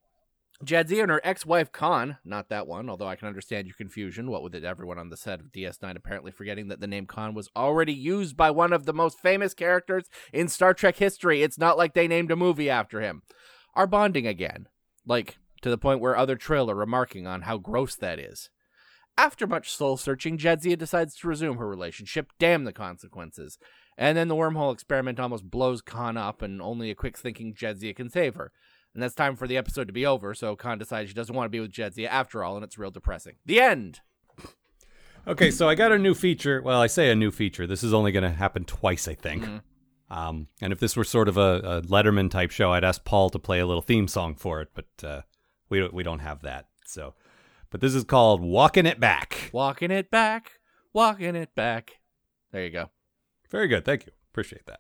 Speaker 4: Jadzia and her ex-wife Khan, not that one, although I can understand your confusion, what with it, everyone on the set of DS9 apparently forgetting that the name Khan was already used by one of the most famous characters in Star Trek history. It's not like they named a movie after him. Are bonding again, like to the point where other Trill are remarking on how gross that is. After much soul searching, Jadzia decides to resume her relationship. Damn the consequences. And then the wormhole experiment almost blows Khan up, and only a quick thinking Jadzia can save her. And that's time for the episode to be over, so Khan decides she doesn't want to be with Jedzia after all, and it's real depressing. The end!
Speaker 3: Okay, so I got a new feature. Well, I say a new feature. This is only going to happen twice, I think. Um, and if this were sort of a, a Letterman type show, I'd ask Paul to play a little theme song for it, but uh, we don't, we don't have that. So, but this is called "Walking It Back."
Speaker 4: Walking it back, walking it back. There you go.
Speaker 3: Very good. Thank you. Appreciate that.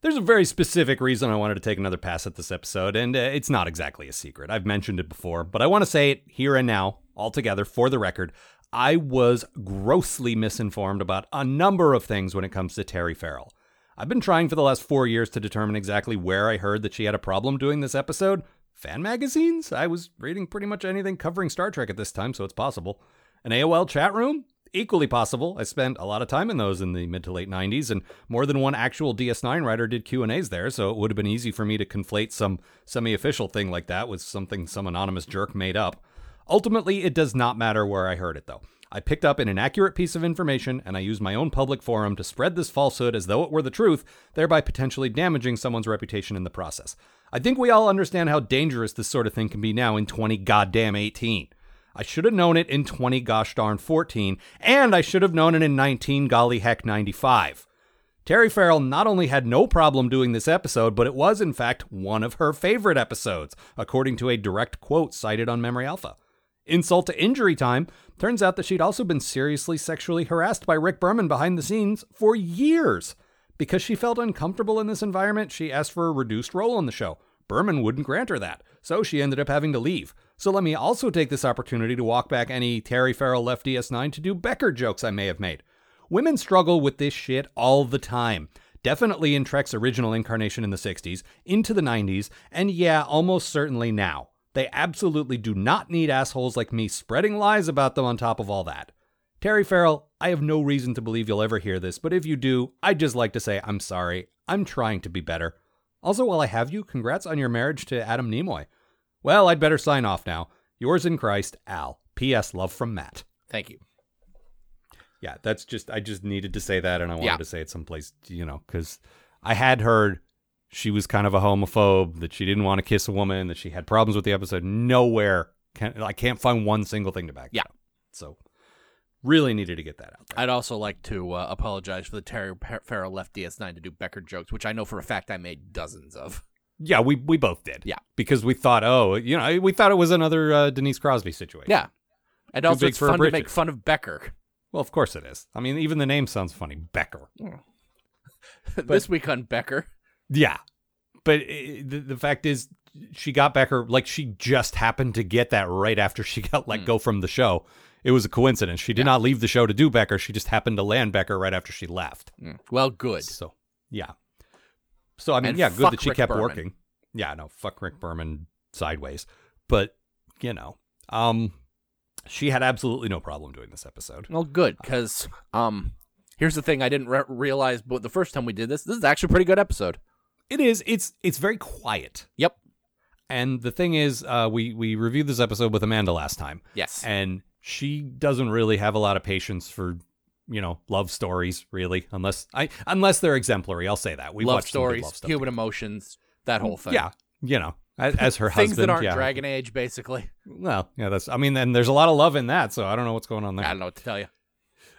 Speaker 3: There's a very specific reason I wanted to take another pass at this episode, and uh, it's not exactly a secret. I've mentioned it before, but I want to say it here and now, all together, for the record. I was grossly misinformed about a number of things when it comes to Terry Farrell. I've been trying for the last four years to determine exactly where I heard that she had a problem doing this episode. Fan magazines? I was reading pretty much anything covering Star Trek at this time, so it's possible. An AOL chat room? Equally possible. I spent a lot of time in those in the mid to late 90s, and more than one actual DS9 writer did Q&As there, so it would have been easy for me to conflate some semi-official thing like that with something some anonymous jerk made up. Ultimately, it does not matter where I heard it, though. I picked up an inaccurate piece of information and I used my own public forum to spread this falsehood as though it were the truth, thereby potentially damaging someone's reputation in the process. I think we all understand how dangerous this sort of thing can be now in 20 goddamn 18. I should have known it in 20 gosh darn 14, and I should have known it in 19 golly heck 95. Terry Farrell not only had no problem doing this episode, but it was, in fact, one of her favorite episodes, according to a direct quote cited on Memory Alpha. Insult to injury time, turns out that she'd also been seriously sexually harassed by Rick Berman behind the scenes for years. Because she felt uncomfortable in this environment, she asked for a reduced role on the show. Berman wouldn't grant her that, so she ended up having to leave. So let me also take this opportunity to walk back any Terry Farrell left DS9 to do Becker jokes I may have made. Women struggle with this shit all the time. Definitely in Trek's original incarnation in the 60s, into the 90s, and yeah, almost certainly now. They absolutely do not need assholes like me spreading lies about them on top of all that. Terry Farrell, I have no reason to believe you'll ever hear this, but if you do, I'd just like to say I'm sorry. I'm trying to be better. Also, while I have you, congrats on your marriage to Adam Nimoy. Well, I'd better sign off now. Yours in Christ, Al. P.S. Love from Matt.
Speaker 4: Thank you.
Speaker 3: Yeah, that's just I just needed to say that, and I wanted
Speaker 4: Yeah.
Speaker 3: to say it someplace, you know, because I had heard she was kind of a homophobe, that she didn't want to kiss a woman, that she had problems with the episode. Nowhere can I can't find one single thing to back. it
Speaker 4: Yeah.
Speaker 3: up. so really needed to get that out.
Speaker 4: I'd also like to uh, apologize for the Terry Par- Farrell left DS9 to do Becker jokes, which I know for a fact I made dozens of.
Speaker 3: Yeah, we we both did.
Speaker 4: Yeah.
Speaker 3: because we thought, oh, you know, we thought it was another uh, Denise Crosby situation.
Speaker 4: Yeah. And
Speaker 3: Too
Speaker 4: also,
Speaker 3: big
Speaker 4: it's
Speaker 3: for a
Speaker 4: fun to
Speaker 3: bridget.
Speaker 4: make fun of Becker. <laughs>
Speaker 3: Well, of course it is. I mean, even the name sounds funny, Becker.
Speaker 4: this week on Becker.
Speaker 3: Yeah, but i the, the fact is, she got Becker like she just happened to get that right after she <laughs> got
Speaker 4: Hmm.
Speaker 3: let go from the show. It was a coincidence. She did not leave the show to do Becker. She just happened to land Becker right after she left.
Speaker 4: Mm. Well, good.
Speaker 3: So, yeah. So I mean,
Speaker 4: And
Speaker 3: yeah, good
Speaker 4: fuck
Speaker 3: that she
Speaker 4: Rick
Speaker 3: kept
Speaker 4: Berman.
Speaker 3: working. Yeah, no, fuck Rick Berman sideways, but you know, um, she had absolutely no problem doing this episode.
Speaker 4: Well, good, because um, here's the thing I didn't re- realize but the first time we did this. This is actually a pretty good episode.
Speaker 3: It is. It's it's very quiet.
Speaker 4: Yep.
Speaker 3: And the thing is, uh, we we reviewed this episode with Amanda last time,
Speaker 4: Yes.
Speaker 3: and she doesn't really have a lot of patience for you know love stories, really, unless I unless they're exemplary. I'll say that we
Speaker 4: love
Speaker 3: watched some good
Speaker 4: stories,
Speaker 3: love stuff
Speaker 4: human emotions, that whole thing.
Speaker 3: together. Yeah, you know, as, as her
Speaker 4: Things
Speaker 3: husband,
Speaker 4: that aren't
Speaker 3: yeah.
Speaker 4: Dragon Age, basically.
Speaker 3: Well, yeah, that's. I mean, and there's a lot of love in that, so I don't know what's going on
Speaker 4: I
Speaker 3: there.
Speaker 4: don't know what to tell you.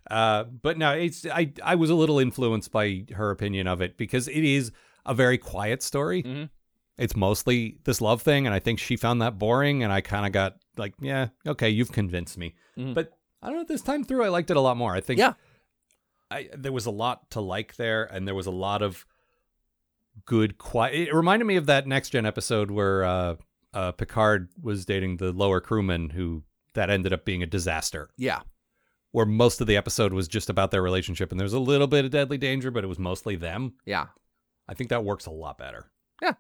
Speaker 3: Uh, but no, it's I I was a little influenced by her opinion of it because it is a very quiet story.
Speaker 4: Mhm.
Speaker 3: It's mostly this love thing, and I think she found that boring, and I kind of got like, yeah, okay, you've convinced me.
Speaker 4: Mhm.
Speaker 3: But I don't know. This time through, I liked it a lot more. I think
Speaker 4: Yeah.
Speaker 3: I, there was a lot to like there, and there was a lot of good quiet. It reminded me of that next gen episode where uh, uh, Picard was dating the lower crewman, who that ended up being a disaster
Speaker 4: Yeah.
Speaker 3: where most of the episode was just about their relationship and there was a little bit of deadly danger but it was mostly them
Speaker 4: Yeah.
Speaker 3: i think that works a lot better
Speaker 4: Yeah.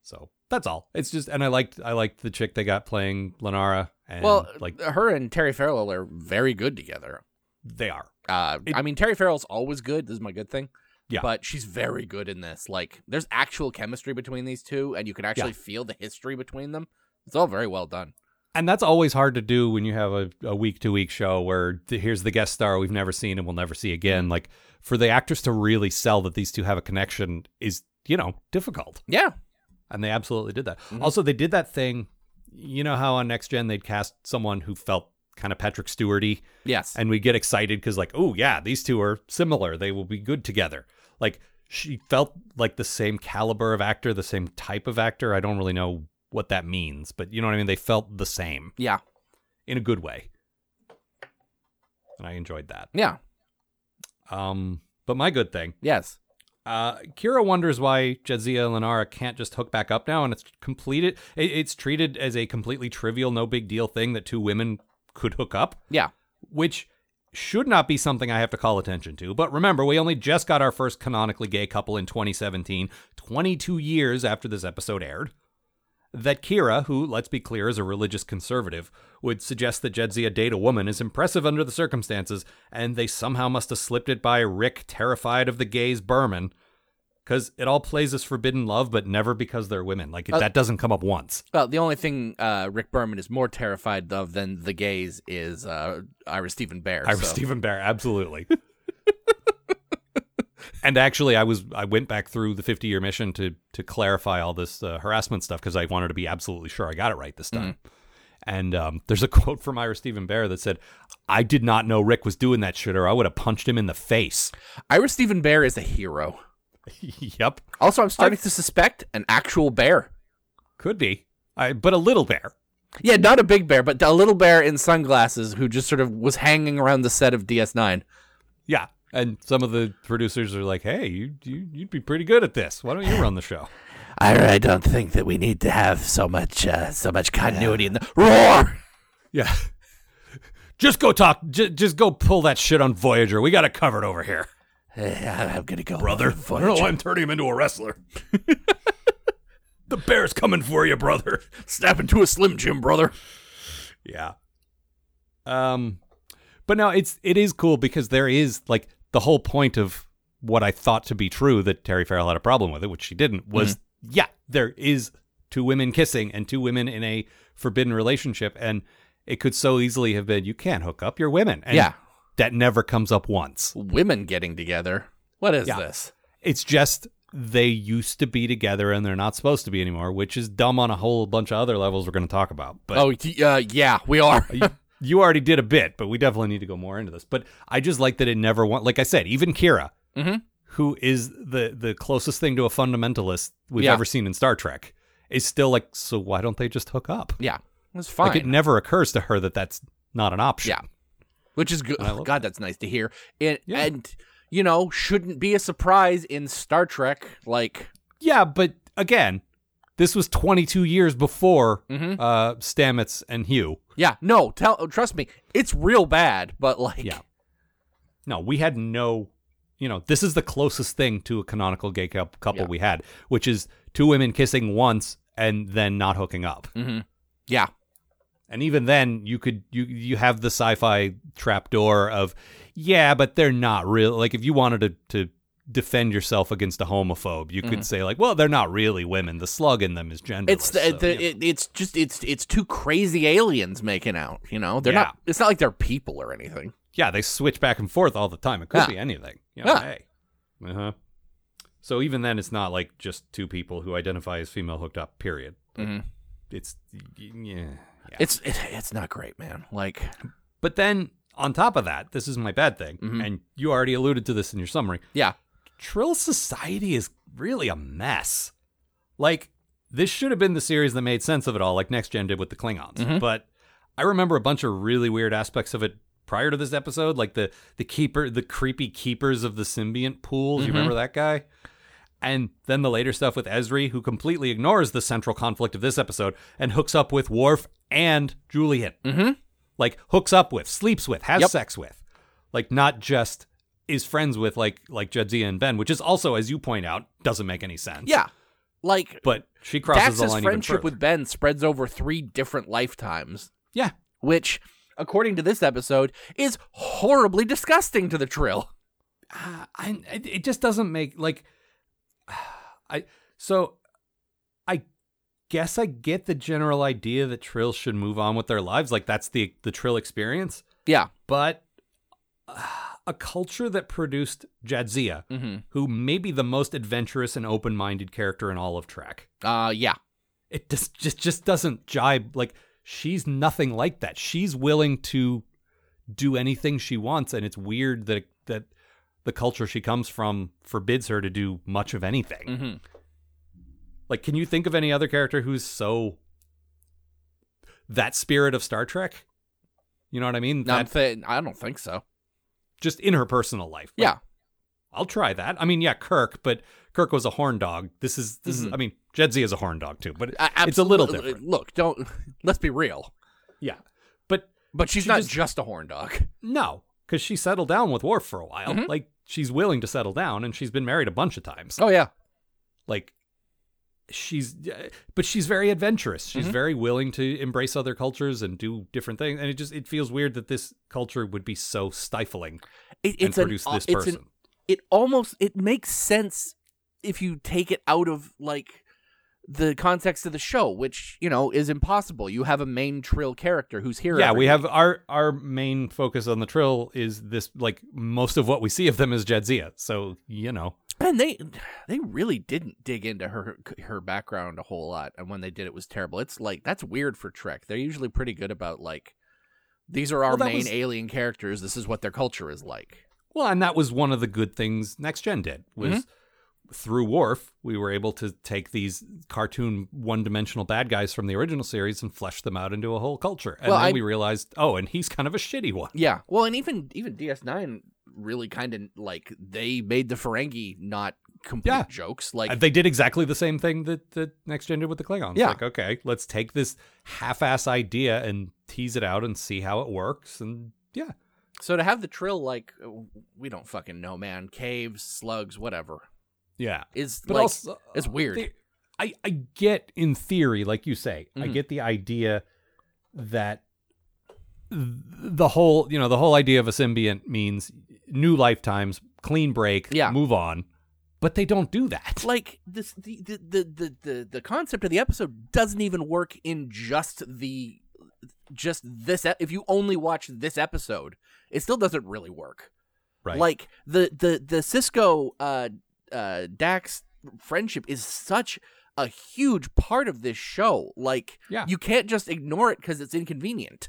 Speaker 3: so that's all it's just and i liked i liked the chick they got playing lenara and
Speaker 4: well, uh,
Speaker 3: like
Speaker 4: her and Terry Farrell are very good together.
Speaker 3: they are
Speaker 4: Uh,
Speaker 3: It-
Speaker 4: I mean, Terry Farrell's always good. This is my good thing.
Speaker 3: Yeah.
Speaker 4: But she's very good in this. Like, there's actual chemistry between these two, and you can actually feel the history between them. It's all very well done.
Speaker 3: and that's always hard to do when you have a, a week to week show where th- here's the guest star we've never seen and we'll never see again like for the actress to really sell that these two have a connection is you know difficult
Speaker 4: Yeah.
Speaker 3: and they absolutely did that. Also, they did that thing. You know how on Next Gen they'd cast someone who felt kind of Patrick Stewarty,
Speaker 4: Yes.
Speaker 3: and we get excited because like, oh yeah, these two are similar. They will be good together. Like she felt like the same caliber of actor, the same type of actor. I don't really know what that means, but you know what I mean. They felt the same
Speaker 4: yeah.
Speaker 3: in a good way, and I enjoyed that.
Speaker 4: Yeah.
Speaker 3: Um, but my good thing
Speaker 4: Yes.
Speaker 3: uh, Kira wonders why Jadzia and Lenara can't just hook back up now, and it's completed. It, it's treated as a completely trivial, no big deal thing that two women could hook up,
Speaker 4: Yeah.
Speaker 3: which should not be something I have to call attention to. But remember, we only just got our first canonically gay couple in 2017, 22 years after this episode aired. That Kira, who, let's be clear, is a religious conservative, would suggest that Jedzia date a woman is impressive under the circumstances, and they somehow must have slipped it by Rick, terrified of the gays Berman because it all plays as forbidden love, but never because they're women. Like
Speaker 4: Uh,
Speaker 3: that doesn't come up once.
Speaker 4: Well, the only thing uh, Rick Berman is more terrified of than the gays is uh, Iris Stephen Bear.
Speaker 3: I was
Speaker 4: so-
Speaker 3: Stephen Bear, absolutely. <laughs> and actually, I was I went back through the fifty year mission to to clarify all this uh, harassment stuff because I wanted to be absolutely sure I got it right this
Speaker 4: Mm-hmm.
Speaker 3: time. And um, there's a <laughs> quote from Ira Stephen Bear that said, "I did not know Rick was doing that shit, or I would have punched him in the face." <laughs>
Speaker 4: Iris Stephen Bear is a hero.
Speaker 3: yep,
Speaker 4: Also, I'm starting to suspect an actual bear.
Speaker 3: could be, I, but a little bear.
Speaker 4: Yeah, not a big bear, but a little bear in sunglasses who just sort of was hanging around the set of DS9.
Speaker 3: Yeah. And some of the producers are like, "Hey, you, you you'd be pretty good at this. Why don't you run the show?"
Speaker 4: I, I don't think that we need to have so much uh, so much continuity in the <laughs> roar.
Speaker 3: Yeah. <laughs> Just go talk. J- just go pull that shit on Voyager. We got it covered over here,
Speaker 4: I'm gonna go,
Speaker 3: brother. I don't know why I'm turning him into a wrestler. the bear's coming for you, brother.
Speaker 4: <laughs> Snap into a slim jim, brother.
Speaker 3: Yeah. Um, but no, it's it is cool because there is like the whole point of what I thought to be true that Terry Farrell had a problem with it, which she didn't, was
Speaker 4: Mm-hmm.
Speaker 3: yeah, there is two women kissing and two women in a forbidden relationship. And it could so easily have been, you can't hook up, you're women. And
Speaker 4: Yeah.
Speaker 3: That never comes up once.
Speaker 4: Women getting together. What is
Speaker 3: Yeah.
Speaker 4: this?
Speaker 3: It's just they used to be together and they're not supposed to be anymore, which is dumb on a whole bunch of other levels we're going to talk about. But
Speaker 4: oh, t- uh, yeah, we are.
Speaker 3: <laughs> you, you already did a bit, but we definitely need to go more into this. But I just like that it never went. Like I said, even Kira,
Speaker 4: Mhm.
Speaker 3: who is the the closest thing to a fundamentalist we've
Speaker 4: Yeah.
Speaker 3: ever seen in Star Trek, is still like, so why don't they just hook up?
Speaker 4: yeah, it's fine.
Speaker 3: Like it never occurs to her that that's not an option.
Speaker 4: Yeah. which is good.
Speaker 3: I love
Speaker 4: God, that's nice to hear. And
Speaker 3: Yeah.
Speaker 4: and you know, shouldn't be a surprise in Star Trek. Like,
Speaker 3: yeah, but again, this was 22 years before
Speaker 4: Mhm.
Speaker 3: uh, Stamets and Hugh.
Speaker 4: yeah, no, tell trust me, it's real bad. But like,
Speaker 3: Yeah. No, we had no, you know, this is the closest thing to a canonical gay cou- couple
Speaker 4: Yeah.
Speaker 3: we had, which is two women kissing once and then not hooking up.
Speaker 4: Mm-hmm. yeah,
Speaker 3: And even then, you could you you have the sci-fi trapdoor of, yeah, but they're not real. Like if you wanted to to defend yourself against a homophobe, you could say like, well, they're not really women. The slug in them is genderless.
Speaker 4: Mm-hmm. it's the,
Speaker 3: so,
Speaker 4: the,
Speaker 3: you know.
Speaker 4: it, it's just it's it's two crazy aliens making out. You know, they're
Speaker 3: Yeah.
Speaker 4: not. It's not like they're people or anything.
Speaker 3: yeah, they switch back and forth all the time. It could
Speaker 4: Yeah.
Speaker 3: be anything. You
Speaker 4: Yeah.
Speaker 3: Hey. Uh huh. So even then, it's not like just two people who identify as female hooked up. Period.
Speaker 4: Mhm.
Speaker 3: It's yeah. yeah.
Speaker 4: It's it, it's not great, man. Like,
Speaker 3: But then on top of that, this is my bad thing,
Speaker 4: Mhm.
Speaker 3: and you already alluded to this in your summary.
Speaker 4: yeah,
Speaker 3: Trill society is really a mess. Like this should have been the series that made sense of it all, like Next Gen did with the Klingons. But I remember a bunch of really weird aspects of it prior to this episode, like the the keeper, the creepy keepers of the symbiont pools. You remember that guy? And then the later stuff with Esri, who completely ignores the central conflict of this episode and hooks up with Worf and Juliet.
Speaker 4: Mhm.
Speaker 3: Like hooks up with, sleeps with, has
Speaker 4: Yep.
Speaker 3: sex with. Like not just is friends with like like Jadzia and Ben, which is also, as you point out, doesn't make any sense.
Speaker 4: yeah, like.
Speaker 3: But she crosses the
Speaker 4: Dax's
Speaker 3: line even
Speaker 4: friendship
Speaker 3: further.
Speaker 4: with Ben spreads over three different lifetimes.
Speaker 3: yeah.
Speaker 4: which, according to this episode, is horribly disgusting to the Trill.
Speaker 3: Uh, I, it it just doesn't make like <sighs> I so I guess I get the general idea that Trills should move on with their lives. Like that's the the Trill experience.
Speaker 4: Yeah.
Speaker 3: But uh, a culture that produced Jadzia,
Speaker 4: Mm-hmm.
Speaker 3: who may be the most adventurous and open minded character in all of track.
Speaker 4: Uh, yeah.
Speaker 3: it just just just doesn't jibe like she's nothing like that she's willing to do anything she wants and it's weird that that the culture she comes from forbids her to do much of anything
Speaker 4: Mm-hmm.
Speaker 3: like can you think of any other character who's so that spirit of star trek you know what i mean
Speaker 4: No, I'm
Speaker 3: That-
Speaker 4: thi- I don't think so.
Speaker 3: just in her personal life Like,
Speaker 4: Yeah.
Speaker 3: i'll try that i mean yeah kirk but kirk was a horn dog this is this
Speaker 4: Mm-hmm.
Speaker 3: is i mean jedzi is a horn dog too but
Speaker 4: I-
Speaker 3: it's a little
Speaker 4: absolute-
Speaker 3: different
Speaker 4: Look, don't. <laughs> Let's be real.
Speaker 3: yeah but
Speaker 4: But she's
Speaker 3: She
Speaker 4: not
Speaker 3: just-
Speaker 4: just, a horn dog.
Speaker 3: No, because she settled down with Worf for a while. Like she's willing to settle down, and she's been married a bunch of times.
Speaker 4: Mm-hmm. Oh yeah.
Speaker 3: Like she's, uh, but she's very adventurous. She's
Speaker 4: Mm-hmm.
Speaker 3: very willing to embrace other cultures and do different things. And it just it feels weird that this culture would be so stifling
Speaker 4: It,
Speaker 3: and
Speaker 4: it's an-
Speaker 3: produce
Speaker 4: uh,
Speaker 3: this
Speaker 4: it's an-
Speaker 3: person.
Speaker 4: it almost it makes sense if you take it out of like the context of the show, which you know is impossible. You have a main Trill character who's here.
Speaker 3: yeah,
Speaker 4: every
Speaker 3: we have our our main focus on the Trill is this like most of what we see of them is Jadzia. So you know,
Speaker 4: And they they really didn't dig into her her background a whole lot, and when they did, it was terrible. It's like that's weird for Trek. They're usually pretty good about like these are our
Speaker 3: Well, that
Speaker 4: main
Speaker 3: was-
Speaker 4: alien characters. This is what their culture is like.
Speaker 3: Well, and that was one of the good things Next Gen did was
Speaker 4: Mm-hmm.
Speaker 3: through Worf, we were able to take these cartoon one-dimensional bad guys from the original series and flesh them out into a whole culture. And
Speaker 4: Well,
Speaker 3: then
Speaker 4: I-
Speaker 3: we realized, oh, and he's kind of a shitty one.
Speaker 4: Yeah. Well, and even even DS Nine really kind of like they made the Ferengi not complete
Speaker 3: Yeah.
Speaker 4: jokes. Like
Speaker 3: And they did exactly the same thing that, that Next Gen did with the Klingons.
Speaker 4: Yeah.
Speaker 3: Like, okay, let's take this half-ass idea and tease it out and see how it works. And yeah,
Speaker 4: so to have the Trill like we don't fucking know, man. Caves, slugs, whatever
Speaker 3: yeah.
Speaker 4: is
Speaker 3: But
Speaker 4: like
Speaker 3: also- uh,
Speaker 4: it's weird.
Speaker 3: the- I I get in theory, like you say, I
Speaker 4: Mm-hmm.
Speaker 3: get the idea that th- the whole you know the whole idea of a symbiont means new lifetimes clean break,
Speaker 4: Yeah.
Speaker 3: move on. But they don't do that.
Speaker 4: like this the the, the the the the concept of the episode doesn't even work in just the just this ep- if you only watch this episode it still doesn't really work
Speaker 3: Right.
Speaker 4: like the the the cisco uh uh dax friendship is such a huge part of this show like
Speaker 3: Yeah.
Speaker 4: you can't just ignore it because it's inconvenient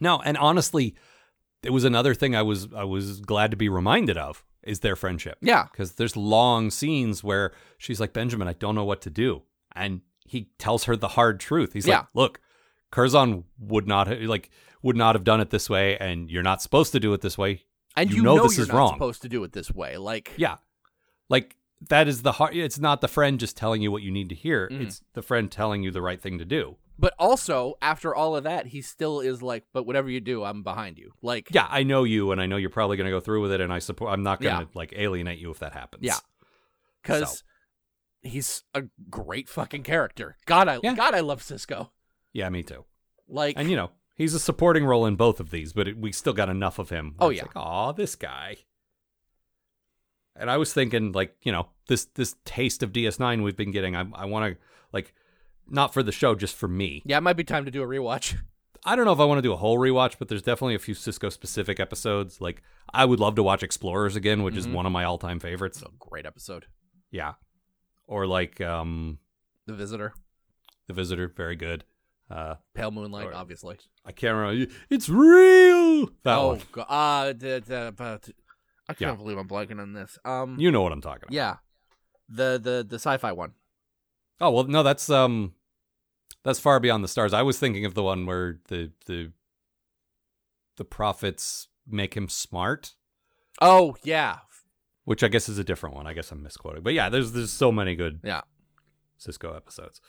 Speaker 3: No, and honestly, it was another thing I was I was glad to be reminded of is their friendship.
Speaker 4: Yeah.
Speaker 3: Because there's long scenes where she's like, Benjamin, I don't know what to do. And he tells her the hard truth. He's
Speaker 4: Yeah.
Speaker 3: like, look, Curzon would not ha- like would not have done it this way, and you're not supposed to do it this way.
Speaker 4: and
Speaker 3: You
Speaker 4: you,
Speaker 3: know this
Speaker 4: you're
Speaker 3: is
Speaker 4: not
Speaker 3: wrong.
Speaker 4: supposed to do it this way like
Speaker 3: Yeah. Like that is the hard it's not the friend just telling you what you need to hear.
Speaker 4: Mhm.
Speaker 3: It's the friend telling you the right thing to do.
Speaker 4: but also after all of that he still is like but whatever you do i'm behind you like
Speaker 3: Yeah, I know you and I know you're probably gonna go through with it and I support I'm not gonna
Speaker 4: Yeah.
Speaker 3: like alienate you if that happens.
Speaker 4: Yeah. because he's a great fucking character. God, I
Speaker 3: Yeah.
Speaker 4: God, I love Cisco.
Speaker 3: Yeah, me too.
Speaker 4: Like,
Speaker 3: And you know, he's a supporting role in both of these, but it, we still got enough of him. where
Speaker 4: Oh,
Speaker 3: it's
Speaker 4: yeah.
Speaker 3: like, aw, this guy. And I was thinking, like, you know, this this taste of DS9 we've been getting. I I want to like, not for the show, just for me.
Speaker 4: yeah, it might be time to do a rewatch. <laughs>
Speaker 3: I don't know if I want to do a whole rewatch, but there's definitely a few Cisco specific episodes. Like, I would love to watch Explorers again, which is
Speaker 4: Mhm.
Speaker 3: one of my all time favorites.
Speaker 4: It's a great episode.
Speaker 3: Yeah, or like um,
Speaker 4: The Visitor,
Speaker 3: The Visitor, very good. Uh,
Speaker 4: Pale Moonlight,
Speaker 3: Alright.
Speaker 4: obviously.
Speaker 3: I can't remember. It's real. That
Speaker 4: oh
Speaker 3: one.
Speaker 4: God, uh, the, the, but I can't
Speaker 3: Yeah.
Speaker 4: believe I'm blanking on this. Um,
Speaker 3: You know what I'm talking about.
Speaker 4: yeah, the the the sci-fi one.
Speaker 3: Oh well, no, that's um, that's far beyond the stars. I was thinking of the one where the the the prophets make him smart,
Speaker 4: Oh yeah,
Speaker 3: which I guess is a different one. I guess I'm misquoting, but yeah, there's there's so many good
Speaker 4: yeah.
Speaker 3: Cisco episodes.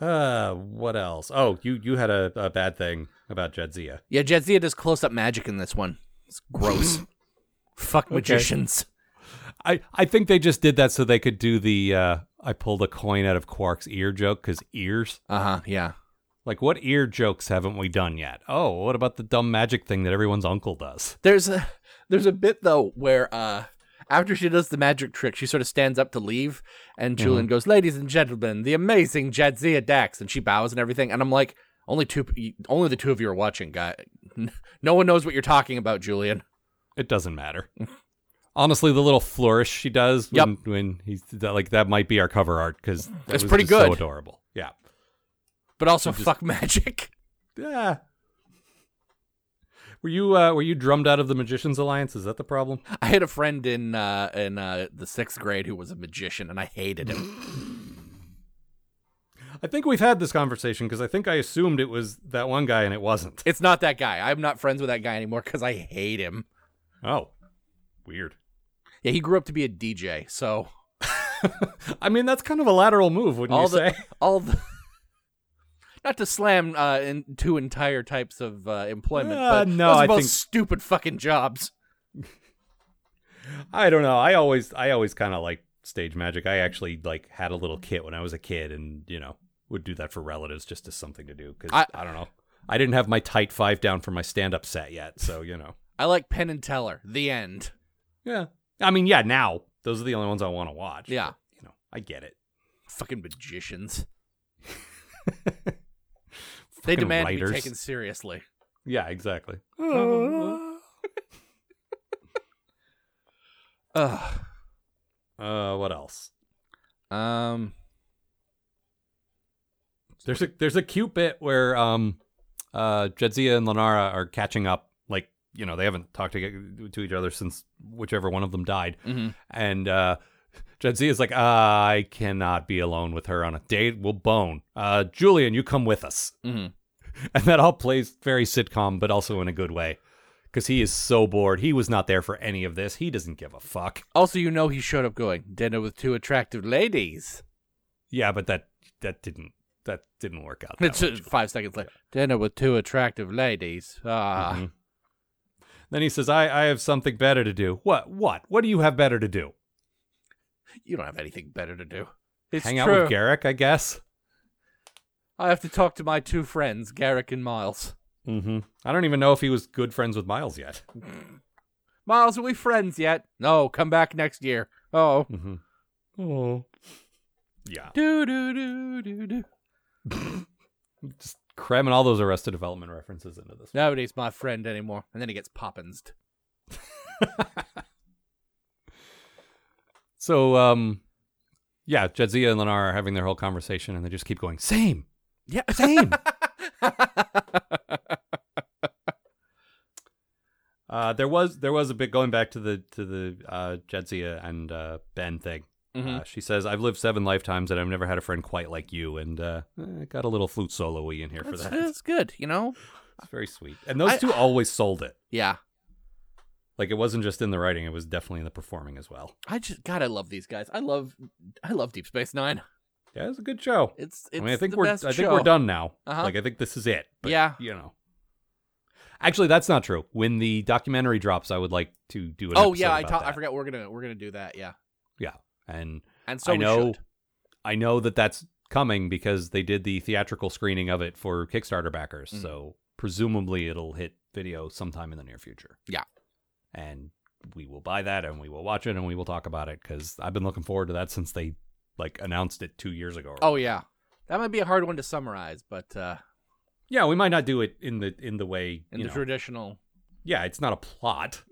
Speaker 3: Uh, what else? Oh, you you had a, a bad thing about Jedzia.
Speaker 4: Yeah, Jedzia does close up magic in this one. It's
Speaker 3: <clears throat>
Speaker 4: gross. Fuck magicians.
Speaker 3: I I think they just did that so they could do the uh, I pulled a coin out of Quark's ear joke because ears.
Speaker 4: Uh huh. Yeah.
Speaker 3: Like, what ear jokes haven't we done yet? Oh, what about the dumb magic thing that everyone's uncle does?
Speaker 4: There's a there's a bit though where uh after she does the magic trick, she sort of stands up to leave, and Julian goes, "Ladies and gentlemen, the amazing Jadzia Dax," and she bows and everything. And I'm like, "Only two, p- only the two of you are watching, guy. <laughs> No one knows what you're talking about, Julian."
Speaker 3: It doesn't
Speaker 4: <laughs>
Speaker 3: matter. Honestly, the little flourish she does when,
Speaker 4: Yep.
Speaker 3: when he's that, like that might be our cover art because
Speaker 4: It's pretty good.
Speaker 3: So adorable. Yeah.
Speaker 4: But also, fuck <laughs> magic.
Speaker 3: Yeah. Were you uh, were you drummed out of the Magicians Alliance? Is that the problem?
Speaker 4: I had a friend in uh in uh the sixth grade who was a magician, and I hated him.
Speaker 3: I think we've had this conversation because I think I assumed it was that one guy and it wasn't.
Speaker 4: it's not that guy. I'm not friends with that guy anymore because I hate him.
Speaker 3: Oh, weird.
Speaker 4: Yeah, he grew up to be a DJ, so
Speaker 3: I mean, that's kind of a lateral move, wouldn't
Speaker 4: all
Speaker 3: you
Speaker 4: the
Speaker 3: say?
Speaker 4: <laughs> all the not to slam uh, in two entire types of uh, employment,
Speaker 3: Uh,
Speaker 4: but
Speaker 3: no,
Speaker 4: those are
Speaker 3: I
Speaker 4: both
Speaker 3: think-
Speaker 4: stupid fucking jobs.
Speaker 3: I don't know. I always I always kind of like stage magic. I actually like had a little kit when I was a kid, and you know would do that for relatives just as something to do because I,
Speaker 4: I-
Speaker 3: don't know. I didn't have my tight five down for my stand up set yet, so you know.
Speaker 4: I like Penn and Teller. The end.
Speaker 3: Yeah, I mean, yeah. Now those are the only ones I want to watch.
Speaker 4: Yeah.
Speaker 3: but, you know, I get it.
Speaker 4: Fucking
Speaker 3: <laughs>
Speaker 4: magicians. they
Speaker 3: Fucking
Speaker 4: demand to
Speaker 3: writers.
Speaker 4: be
Speaker 3: <laughs>
Speaker 4: taken seriously.
Speaker 3: Yeah, exactly.
Speaker 4: Ugh.
Speaker 3: Uh, what else?
Speaker 4: Um.
Speaker 3: There's a there's a cute bit where um uh Jedzia and Lanara are catching up like you know they haven't talked to, to each other since whichever one of them died
Speaker 4: mhm.
Speaker 3: and uh Jedzia is like I cannot be alone with her on a date we'll bone uh Julian you come with us
Speaker 4: Mhm.
Speaker 3: <laughs> and that all plays very sitcom but also in a good way cuz he is so bored he was not there for any of this he doesn't give a fuck
Speaker 4: Also, you know he showed up going dinner with two attractive ladies.
Speaker 3: yeah but that that didn't that didn't work out that
Speaker 4: It's uh, five seconds later. Dinner with two attractive ladies. Ah.
Speaker 3: Mhm. Then he says, I, I have something better to do. What? What? What do you have better to do?
Speaker 4: You don't have anything better to do. It's
Speaker 3: Hang
Speaker 4: true.
Speaker 3: out with Garrick, I guess?
Speaker 4: I have to talk to my two friends, Garrick and Miles.
Speaker 3: Mm-hmm. I don't even know if he was good friends with Miles yet.
Speaker 4: Miles, are we friends yet? No, come back next year. Oh.
Speaker 3: Mm-hmm. Oh. Yeah.
Speaker 4: Do, do, do, do, do.
Speaker 3: Just cramming all those Arrested Development references into this.
Speaker 4: Nobody's my friend anymore. And then he gets poppinsed.
Speaker 3: So, um, yeah, Jedzia and Lenara are having their whole conversation, and they just keep going, same,
Speaker 4: <laughs> Yeah.
Speaker 3: same. <laughs> uh, there was there was a bit going back to the to the uh, Jedzia and uh, Ben thing.
Speaker 4: Mhm.
Speaker 3: Uh, she says, "I've lived seven lifetimes, and I've never had a friend quite like you." And uh, eh, got a little flute solo-y in here for
Speaker 4: That's,
Speaker 3: that.
Speaker 4: that's good, you know?
Speaker 3: It's very sweet. And those
Speaker 4: I-
Speaker 3: two always sold it.
Speaker 4: Yeah.
Speaker 3: Like it wasn't just in the writing; it was definitely in the performing as well.
Speaker 4: I just God, I love these guys. I love I love Deep Space Nine.
Speaker 3: Yeah, it was a good show.
Speaker 4: It's it's
Speaker 3: I mean, I think
Speaker 4: the
Speaker 3: we're I
Speaker 4: best
Speaker 3: think
Speaker 4: show.
Speaker 3: we're done now.
Speaker 4: Uh-huh.
Speaker 3: Like I think this is it. But,
Speaker 4: Yeah.
Speaker 3: you know. Actually, that's not true. When the documentary drops, I would like to do an
Speaker 4: Oh yeah, I
Speaker 3: episode about
Speaker 4: ta- I
Speaker 3: that.
Speaker 4: forgot we're gonna we're gonna do that. Yeah,
Speaker 3: And
Speaker 4: and so
Speaker 3: I
Speaker 4: we
Speaker 3: know
Speaker 4: should.
Speaker 3: I know that that's coming because they did the theatrical screening of it for Kickstarter backers.
Speaker 4: Mm.
Speaker 3: So presumably it'll hit video sometime in the near future.
Speaker 4: Yeah.
Speaker 3: And we will buy that and we will watch it and we will talk about it cuz I've been looking forward to that since they like announced it 2 years ago. or
Speaker 4: Oh yeah, that might be a hard one to summarize, but uh,
Speaker 3: Yeah, we might not do it in the in the way
Speaker 4: in
Speaker 3: you
Speaker 4: the Mm-hmm.
Speaker 3: know.
Speaker 4: traditional,
Speaker 3: Yeah, it's not a plot.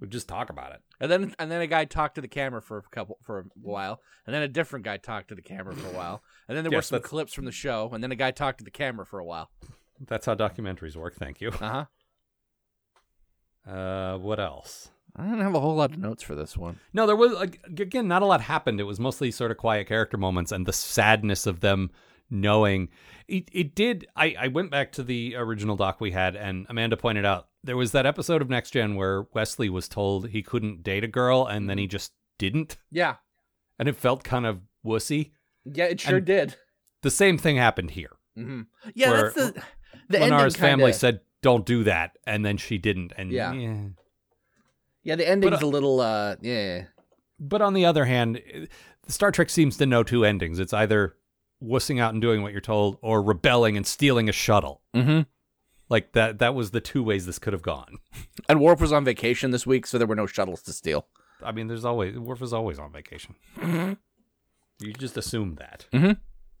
Speaker 3: We just talk about it.
Speaker 4: and then and then a guy talked to the camera for a couple for a while, and then a different guy talked to the camera for a while, and then there were
Speaker 3: Yes,
Speaker 4: some
Speaker 3: that's-
Speaker 4: clips from the show, and then a guy talked to the camera for a while.
Speaker 3: That's how documentaries work. Thank you.
Speaker 4: Uh huh.
Speaker 3: Uh, what else?
Speaker 4: I don't have a whole lot of notes for this one.
Speaker 3: No, there was like, again not a lot happened. It was mostly sort of quiet character moments and the sadness of them knowing. It it did. I I went back to the original doc we had, and Amanda pointed out there was that episode of Next Gen where Wesley was told he couldn't date a girl, and then
Speaker 4: Mm-hmm.
Speaker 3: he just didn't,
Speaker 4: Yeah,
Speaker 3: and it felt kind of wussy.
Speaker 4: yeah, it
Speaker 3: sure And-
Speaker 4: did.
Speaker 3: The same thing happened here.
Speaker 4: hmm Yeah,
Speaker 3: Where
Speaker 4: that's the the ending
Speaker 3: Lenara's family
Speaker 4: kinda-
Speaker 3: said, "Don't do that," and then she didn't, and
Speaker 4: Yeah.
Speaker 3: yeah.
Speaker 4: Yeah, the ending's
Speaker 3: But, uh,
Speaker 4: a little uh yeah.
Speaker 3: But on the other hand, i- Star Trek seems to know two endings. It's either wussing out and doing what you're told, or rebelling and stealing a shuttle.
Speaker 4: Mm-hmm.
Speaker 3: Like that—that was the two ways this could have gone.
Speaker 4: And Warp was on vacation this week, so there were no shuttles to steal.
Speaker 3: I mean, there's always Worf is always on vacation. you just assume that.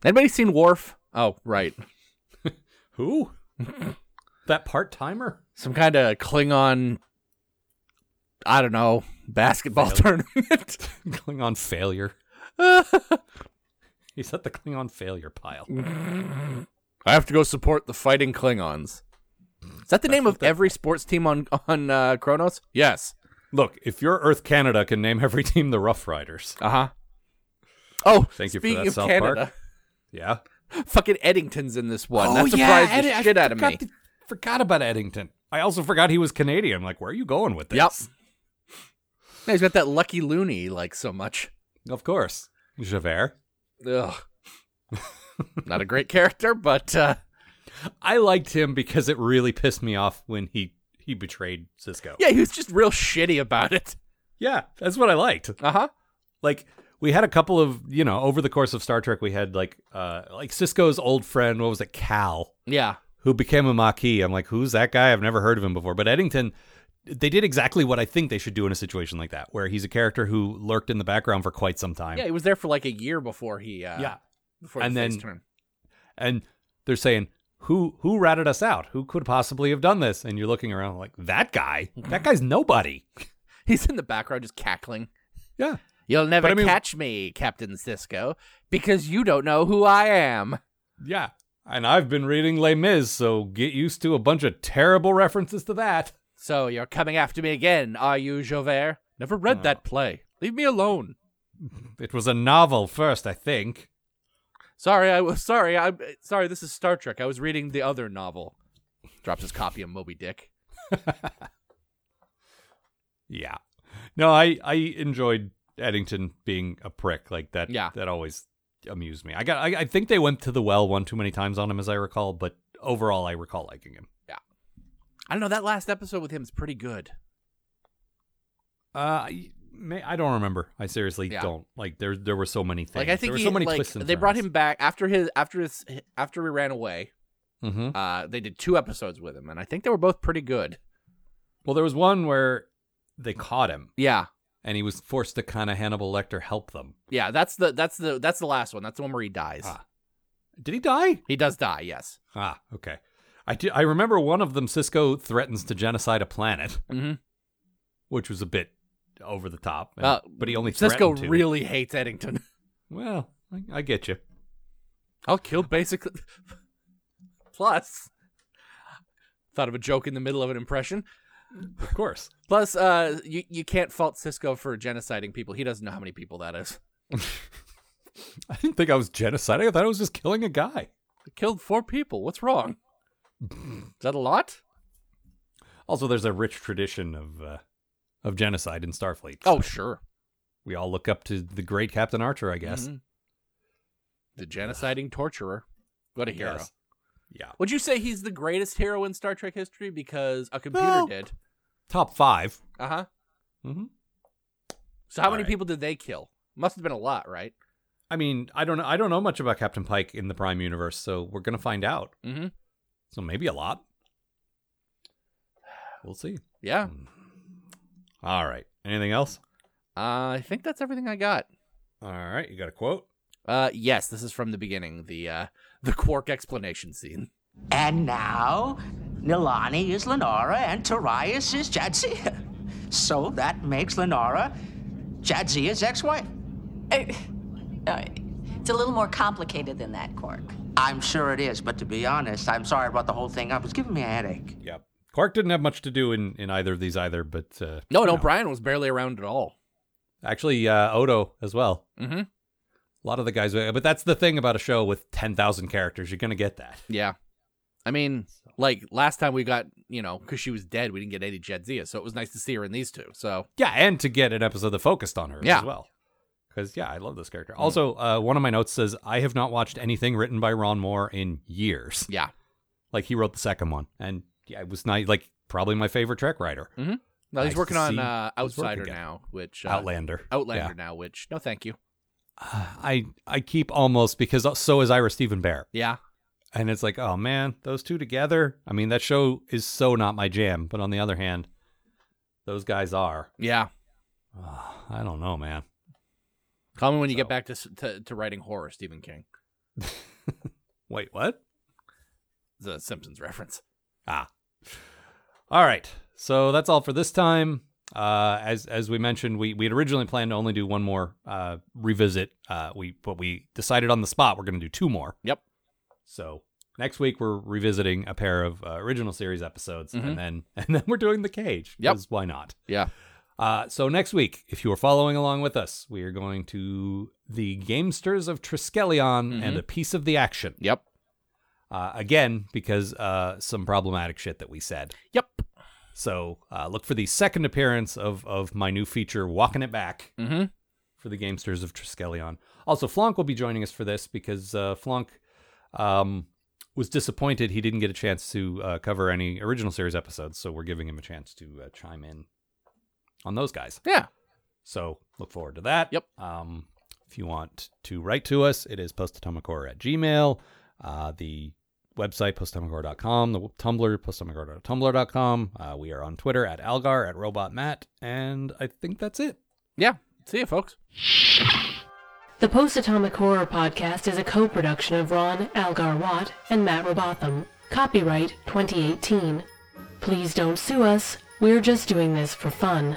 Speaker 4: Anybody seen Worf? Oh, right.
Speaker 3: Who? <laughs> that part timer?
Speaker 4: Some kind of Klingon I don't know, basketball tournament.
Speaker 3: <laughs>
Speaker 4: <laughs>
Speaker 3: Klingon failure. He's at the Klingon failure pile.
Speaker 4: I have to go support the fighting Klingons. Is that the name of every sports team on on uh, Kronos? Yes.
Speaker 3: Look, if your Earth Canada can name every team the Rough Riders,
Speaker 4: Uh huh. Oh,
Speaker 3: Uh-huh. Thank you for
Speaker 4: speaking
Speaker 3: that,
Speaker 4: of
Speaker 3: South Park.
Speaker 4: Canada,
Speaker 3: yeah.
Speaker 4: <laughs> fucking Eddington's in this one.
Speaker 3: Oh,
Speaker 4: that
Speaker 3: yeah,
Speaker 4: surprised
Speaker 3: Ed-
Speaker 4: the
Speaker 3: I
Speaker 4: shit out of
Speaker 3: forgot
Speaker 4: me.
Speaker 3: the- forgot about Eddington. I also forgot he was Canadian. Like, where are you going with
Speaker 4: Yep.
Speaker 3: this?
Speaker 4: Yeah, he's got that lucky loony he likes so much.
Speaker 3: Of course. Javert.
Speaker 4: Ugh.
Speaker 3: <laughs>
Speaker 4: Not a great character, but uh,
Speaker 3: I liked him because it really pissed me off when he he betrayed Cisco.
Speaker 4: yeah, he was just real shitty about it.
Speaker 3: Yeah, that's what I liked.
Speaker 4: Uh huh.
Speaker 3: Like we had a couple of, you know, over the course of Star Trek we had like uh like Cisco's old friend, what was it, Cal,
Speaker 4: Yeah.
Speaker 3: who became a Maquis. I'm like, who's that guy? I've never heard of him before. But Eddington they did exactly what I think they should do in a situation like that, where he's a character who lurked in the background for quite some time.
Speaker 4: Yeah, he was there for like a year before he. Uh,
Speaker 3: yeah.
Speaker 4: Before
Speaker 3: And
Speaker 4: the face
Speaker 3: then-
Speaker 4: turn.
Speaker 3: and they're saying who who ratted us out who could possibly have done this and you're looking around like that guy that guy's nobody
Speaker 4: he's in the background just cackling.
Speaker 3: <laughs> yeah
Speaker 4: You'll never
Speaker 3: I mean-
Speaker 4: catch me, Captain Cisco, because you don't know who I am.
Speaker 3: yeah and i've been reading les mis so get used to a bunch of terrible references to that
Speaker 4: So you're coming after me again, are you, Jauvert? Never read
Speaker 3: Oh.
Speaker 4: that play. Leave me alone.
Speaker 3: it was a novel first i think
Speaker 4: Sorry, I was sorry. I am sorry. This is Star Trek. I was reading the other novel. Drops his copy of Moby Dick.
Speaker 3: yeah no i i enjoyed eddington being a prick like that
Speaker 4: Yeah.
Speaker 3: that always amused me i got I, I think they went to the well one too many times on him as i recall but overall i recall liking him
Speaker 4: I don't know. That last episode with him is pretty good.
Speaker 3: Uh, I- may, I don't remember. I seriously
Speaker 4: Yeah.
Speaker 3: don't. Like there, there were so many things.
Speaker 4: Like I
Speaker 3: there
Speaker 4: think
Speaker 3: were
Speaker 4: he,
Speaker 3: so many
Speaker 4: like,
Speaker 3: twists and
Speaker 4: they brought him back after his after his after he ran away.
Speaker 3: hmm
Speaker 4: Uh, they did two episodes with him, and I think they were both pretty good.
Speaker 3: Well, there was one where they caught him,
Speaker 4: Yeah.
Speaker 3: and he was forced to kind of Hannibal Lecter help them.
Speaker 4: Yeah, that's the that's the that's the last one. That's the one where he dies.
Speaker 3: Ah. Did he die?
Speaker 4: He does die, yes.
Speaker 3: Ah, okay. I do, I remember one of them. Cisco threatens to genocide a planet,
Speaker 4: Mhm.
Speaker 3: which was a bit over the top. and-
Speaker 4: Uh,
Speaker 3: but he only
Speaker 4: Cisco
Speaker 3: threatened to.
Speaker 4: really hates Eddington. <laughs>
Speaker 3: well. I, I get you.
Speaker 4: I'll kill basically. <laughs> Plus, thought of a joke in the middle of an impression.
Speaker 3: Of course. <laughs>
Speaker 4: Plus, uh, you you can't fault Cisco for genociding people. He doesn't know how many people that is. <laughs>
Speaker 3: I didn't think I was genociding. I thought I was just killing a guy.
Speaker 4: I killed four people. What's wrong? is that a lot?
Speaker 3: Also, there's a rich tradition of uh, of genocide in Starfleet.
Speaker 4: Oh, sure.
Speaker 3: we all look up to the great Captain Archer, I guess.
Speaker 4: Mhm. The genociding torturer. What a hero.
Speaker 3: Yes. Yeah.
Speaker 4: Would you say he's the greatest hero in Star Trek history because a computer
Speaker 3: Well-
Speaker 4: did?
Speaker 3: Top 5
Speaker 4: Uh huh.
Speaker 3: Mm-hmm.
Speaker 4: So how
Speaker 3: All
Speaker 4: many
Speaker 3: right.
Speaker 4: people did they kill? Must have been a lot, right?
Speaker 3: I mean, I don't know. I don't know much about Captain Pike in the Prime Universe, so we're gonna find out.
Speaker 4: Mm-hmm.
Speaker 3: So maybe a lot. We'll see.
Speaker 4: Yeah.
Speaker 3: Hmm. All right. Anything else?
Speaker 4: Uh, I think that's everything I got.
Speaker 3: All right. You got a quote?
Speaker 4: Uh, yes, this is from the beginning, the uh, the quark explanation scene.
Speaker 5: And now, Nilani is Lenora and Tarius is Jadzia. <laughs> So that makes Lenora Jadzia's ex wife.
Speaker 1: I, uh, it's a little more complicated than that, Quark.
Speaker 5: I'm sure it is, but to be honest, I'm sorry I brought the whole thing up. It's giving me a headache.
Speaker 3: Yep. Quark didn't have much to do in, in either of these either, but uh,
Speaker 4: No, no, Brian was barely around at all.
Speaker 3: actually uh, Odo as well.
Speaker 4: Mm-hmm.
Speaker 3: A lot of the guys, but that's the thing about a show with ten thousand characters. You're gonna get that.
Speaker 4: Yeah. I mean, like last time we got, you know, because she was dead, we didn't get any Jedzia, so it was nice to see her in these two. So
Speaker 3: Yeah, and to get an episode that focused on her
Speaker 4: Yeah. Mm.
Speaker 3: as well. Because yeah, I love this character. Also, uh, one of my notes says I have not watched anything written by Ron Moore in years. <laughs>
Speaker 4: yeah,
Speaker 3: Like he wrote the second one, and yeah, it was nice. Like probably my favorite Trek writer,
Speaker 4: no,
Speaker 3: Nice
Speaker 4: he's
Speaker 3: to
Speaker 4: working on
Speaker 3: see
Speaker 4: uh,
Speaker 3: his work
Speaker 4: Outsider
Speaker 3: again.
Speaker 4: now, which uh,
Speaker 3: Outlander.
Speaker 4: Outlander now, which no, thank you.
Speaker 3: Yeah. <sighs> I I keep almost because uh, so is Ira Stephen Bear,
Speaker 4: Yeah,
Speaker 3: and it's like oh man, those two together. I mean that show is so not my jam, but on the other hand, those guys are.
Speaker 4: yeah.
Speaker 3: Ah, I don't know, man.
Speaker 4: Call me when you
Speaker 3: So-
Speaker 4: get back to, s- to to writing horror, Stephen King.
Speaker 3: Wait, what?
Speaker 4: The Simpsons reference.
Speaker 3: Ah. All right. So that's all for this time. Uh, as as we mentioned, we we had originally planned to only do one more uh, revisit. Uh, we but we decided on the spot we're going to do two more.
Speaker 4: Yep.
Speaker 3: So next week we're revisiting a pair of uh, original series episodes,
Speaker 4: Mhm.
Speaker 3: and then <laughs> and then we're doing the cage.
Speaker 4: Yep.
Speaker 3: 'cause Why not?
Speaker 4: Yeah.
Speaker 3: Uh, so next week, if you are following along with us, we are going to the Gamesters of Triskelion and a piece of the action
Speaker 4: Yep.
Speaker 3: uh, again because uh, some problematic shit that we said.
Speaker 4: Yep.
Speaker 3: So uh, look for the second appearance of of my new feature, Walking It Back,
Speaker 4: Mm-hmm.
Speaker 3: for the Gamesters of Triskelion. Also, Flonk will be joining us for this because uh, Flonk um, was disappointed he didn't get a chance to uh, cover any original series episodes, so we're giving him a chance to uh, chime in on those guys.
Speaker 4: Yeah.
Speaker 3: So look forward to that.
Speaker 4: Yep.
Speaker 3: Um, if you want to write to us, it is postatomicore at gmail. Uh, the website, postatomicore.com. The Tumblr, postatomicore.tumblr.com. Uh, we are on Twitter at Algar, at Robot Matt. And I think that's it.
Speaker 4: Yeah. See you, folks.
Speaker 2: The Post Atomic Horror Podcast is a co production of Ron Algar Watt and Matt Robotham. Copyright 2018. Please don't sue us, we're just doing this for fun.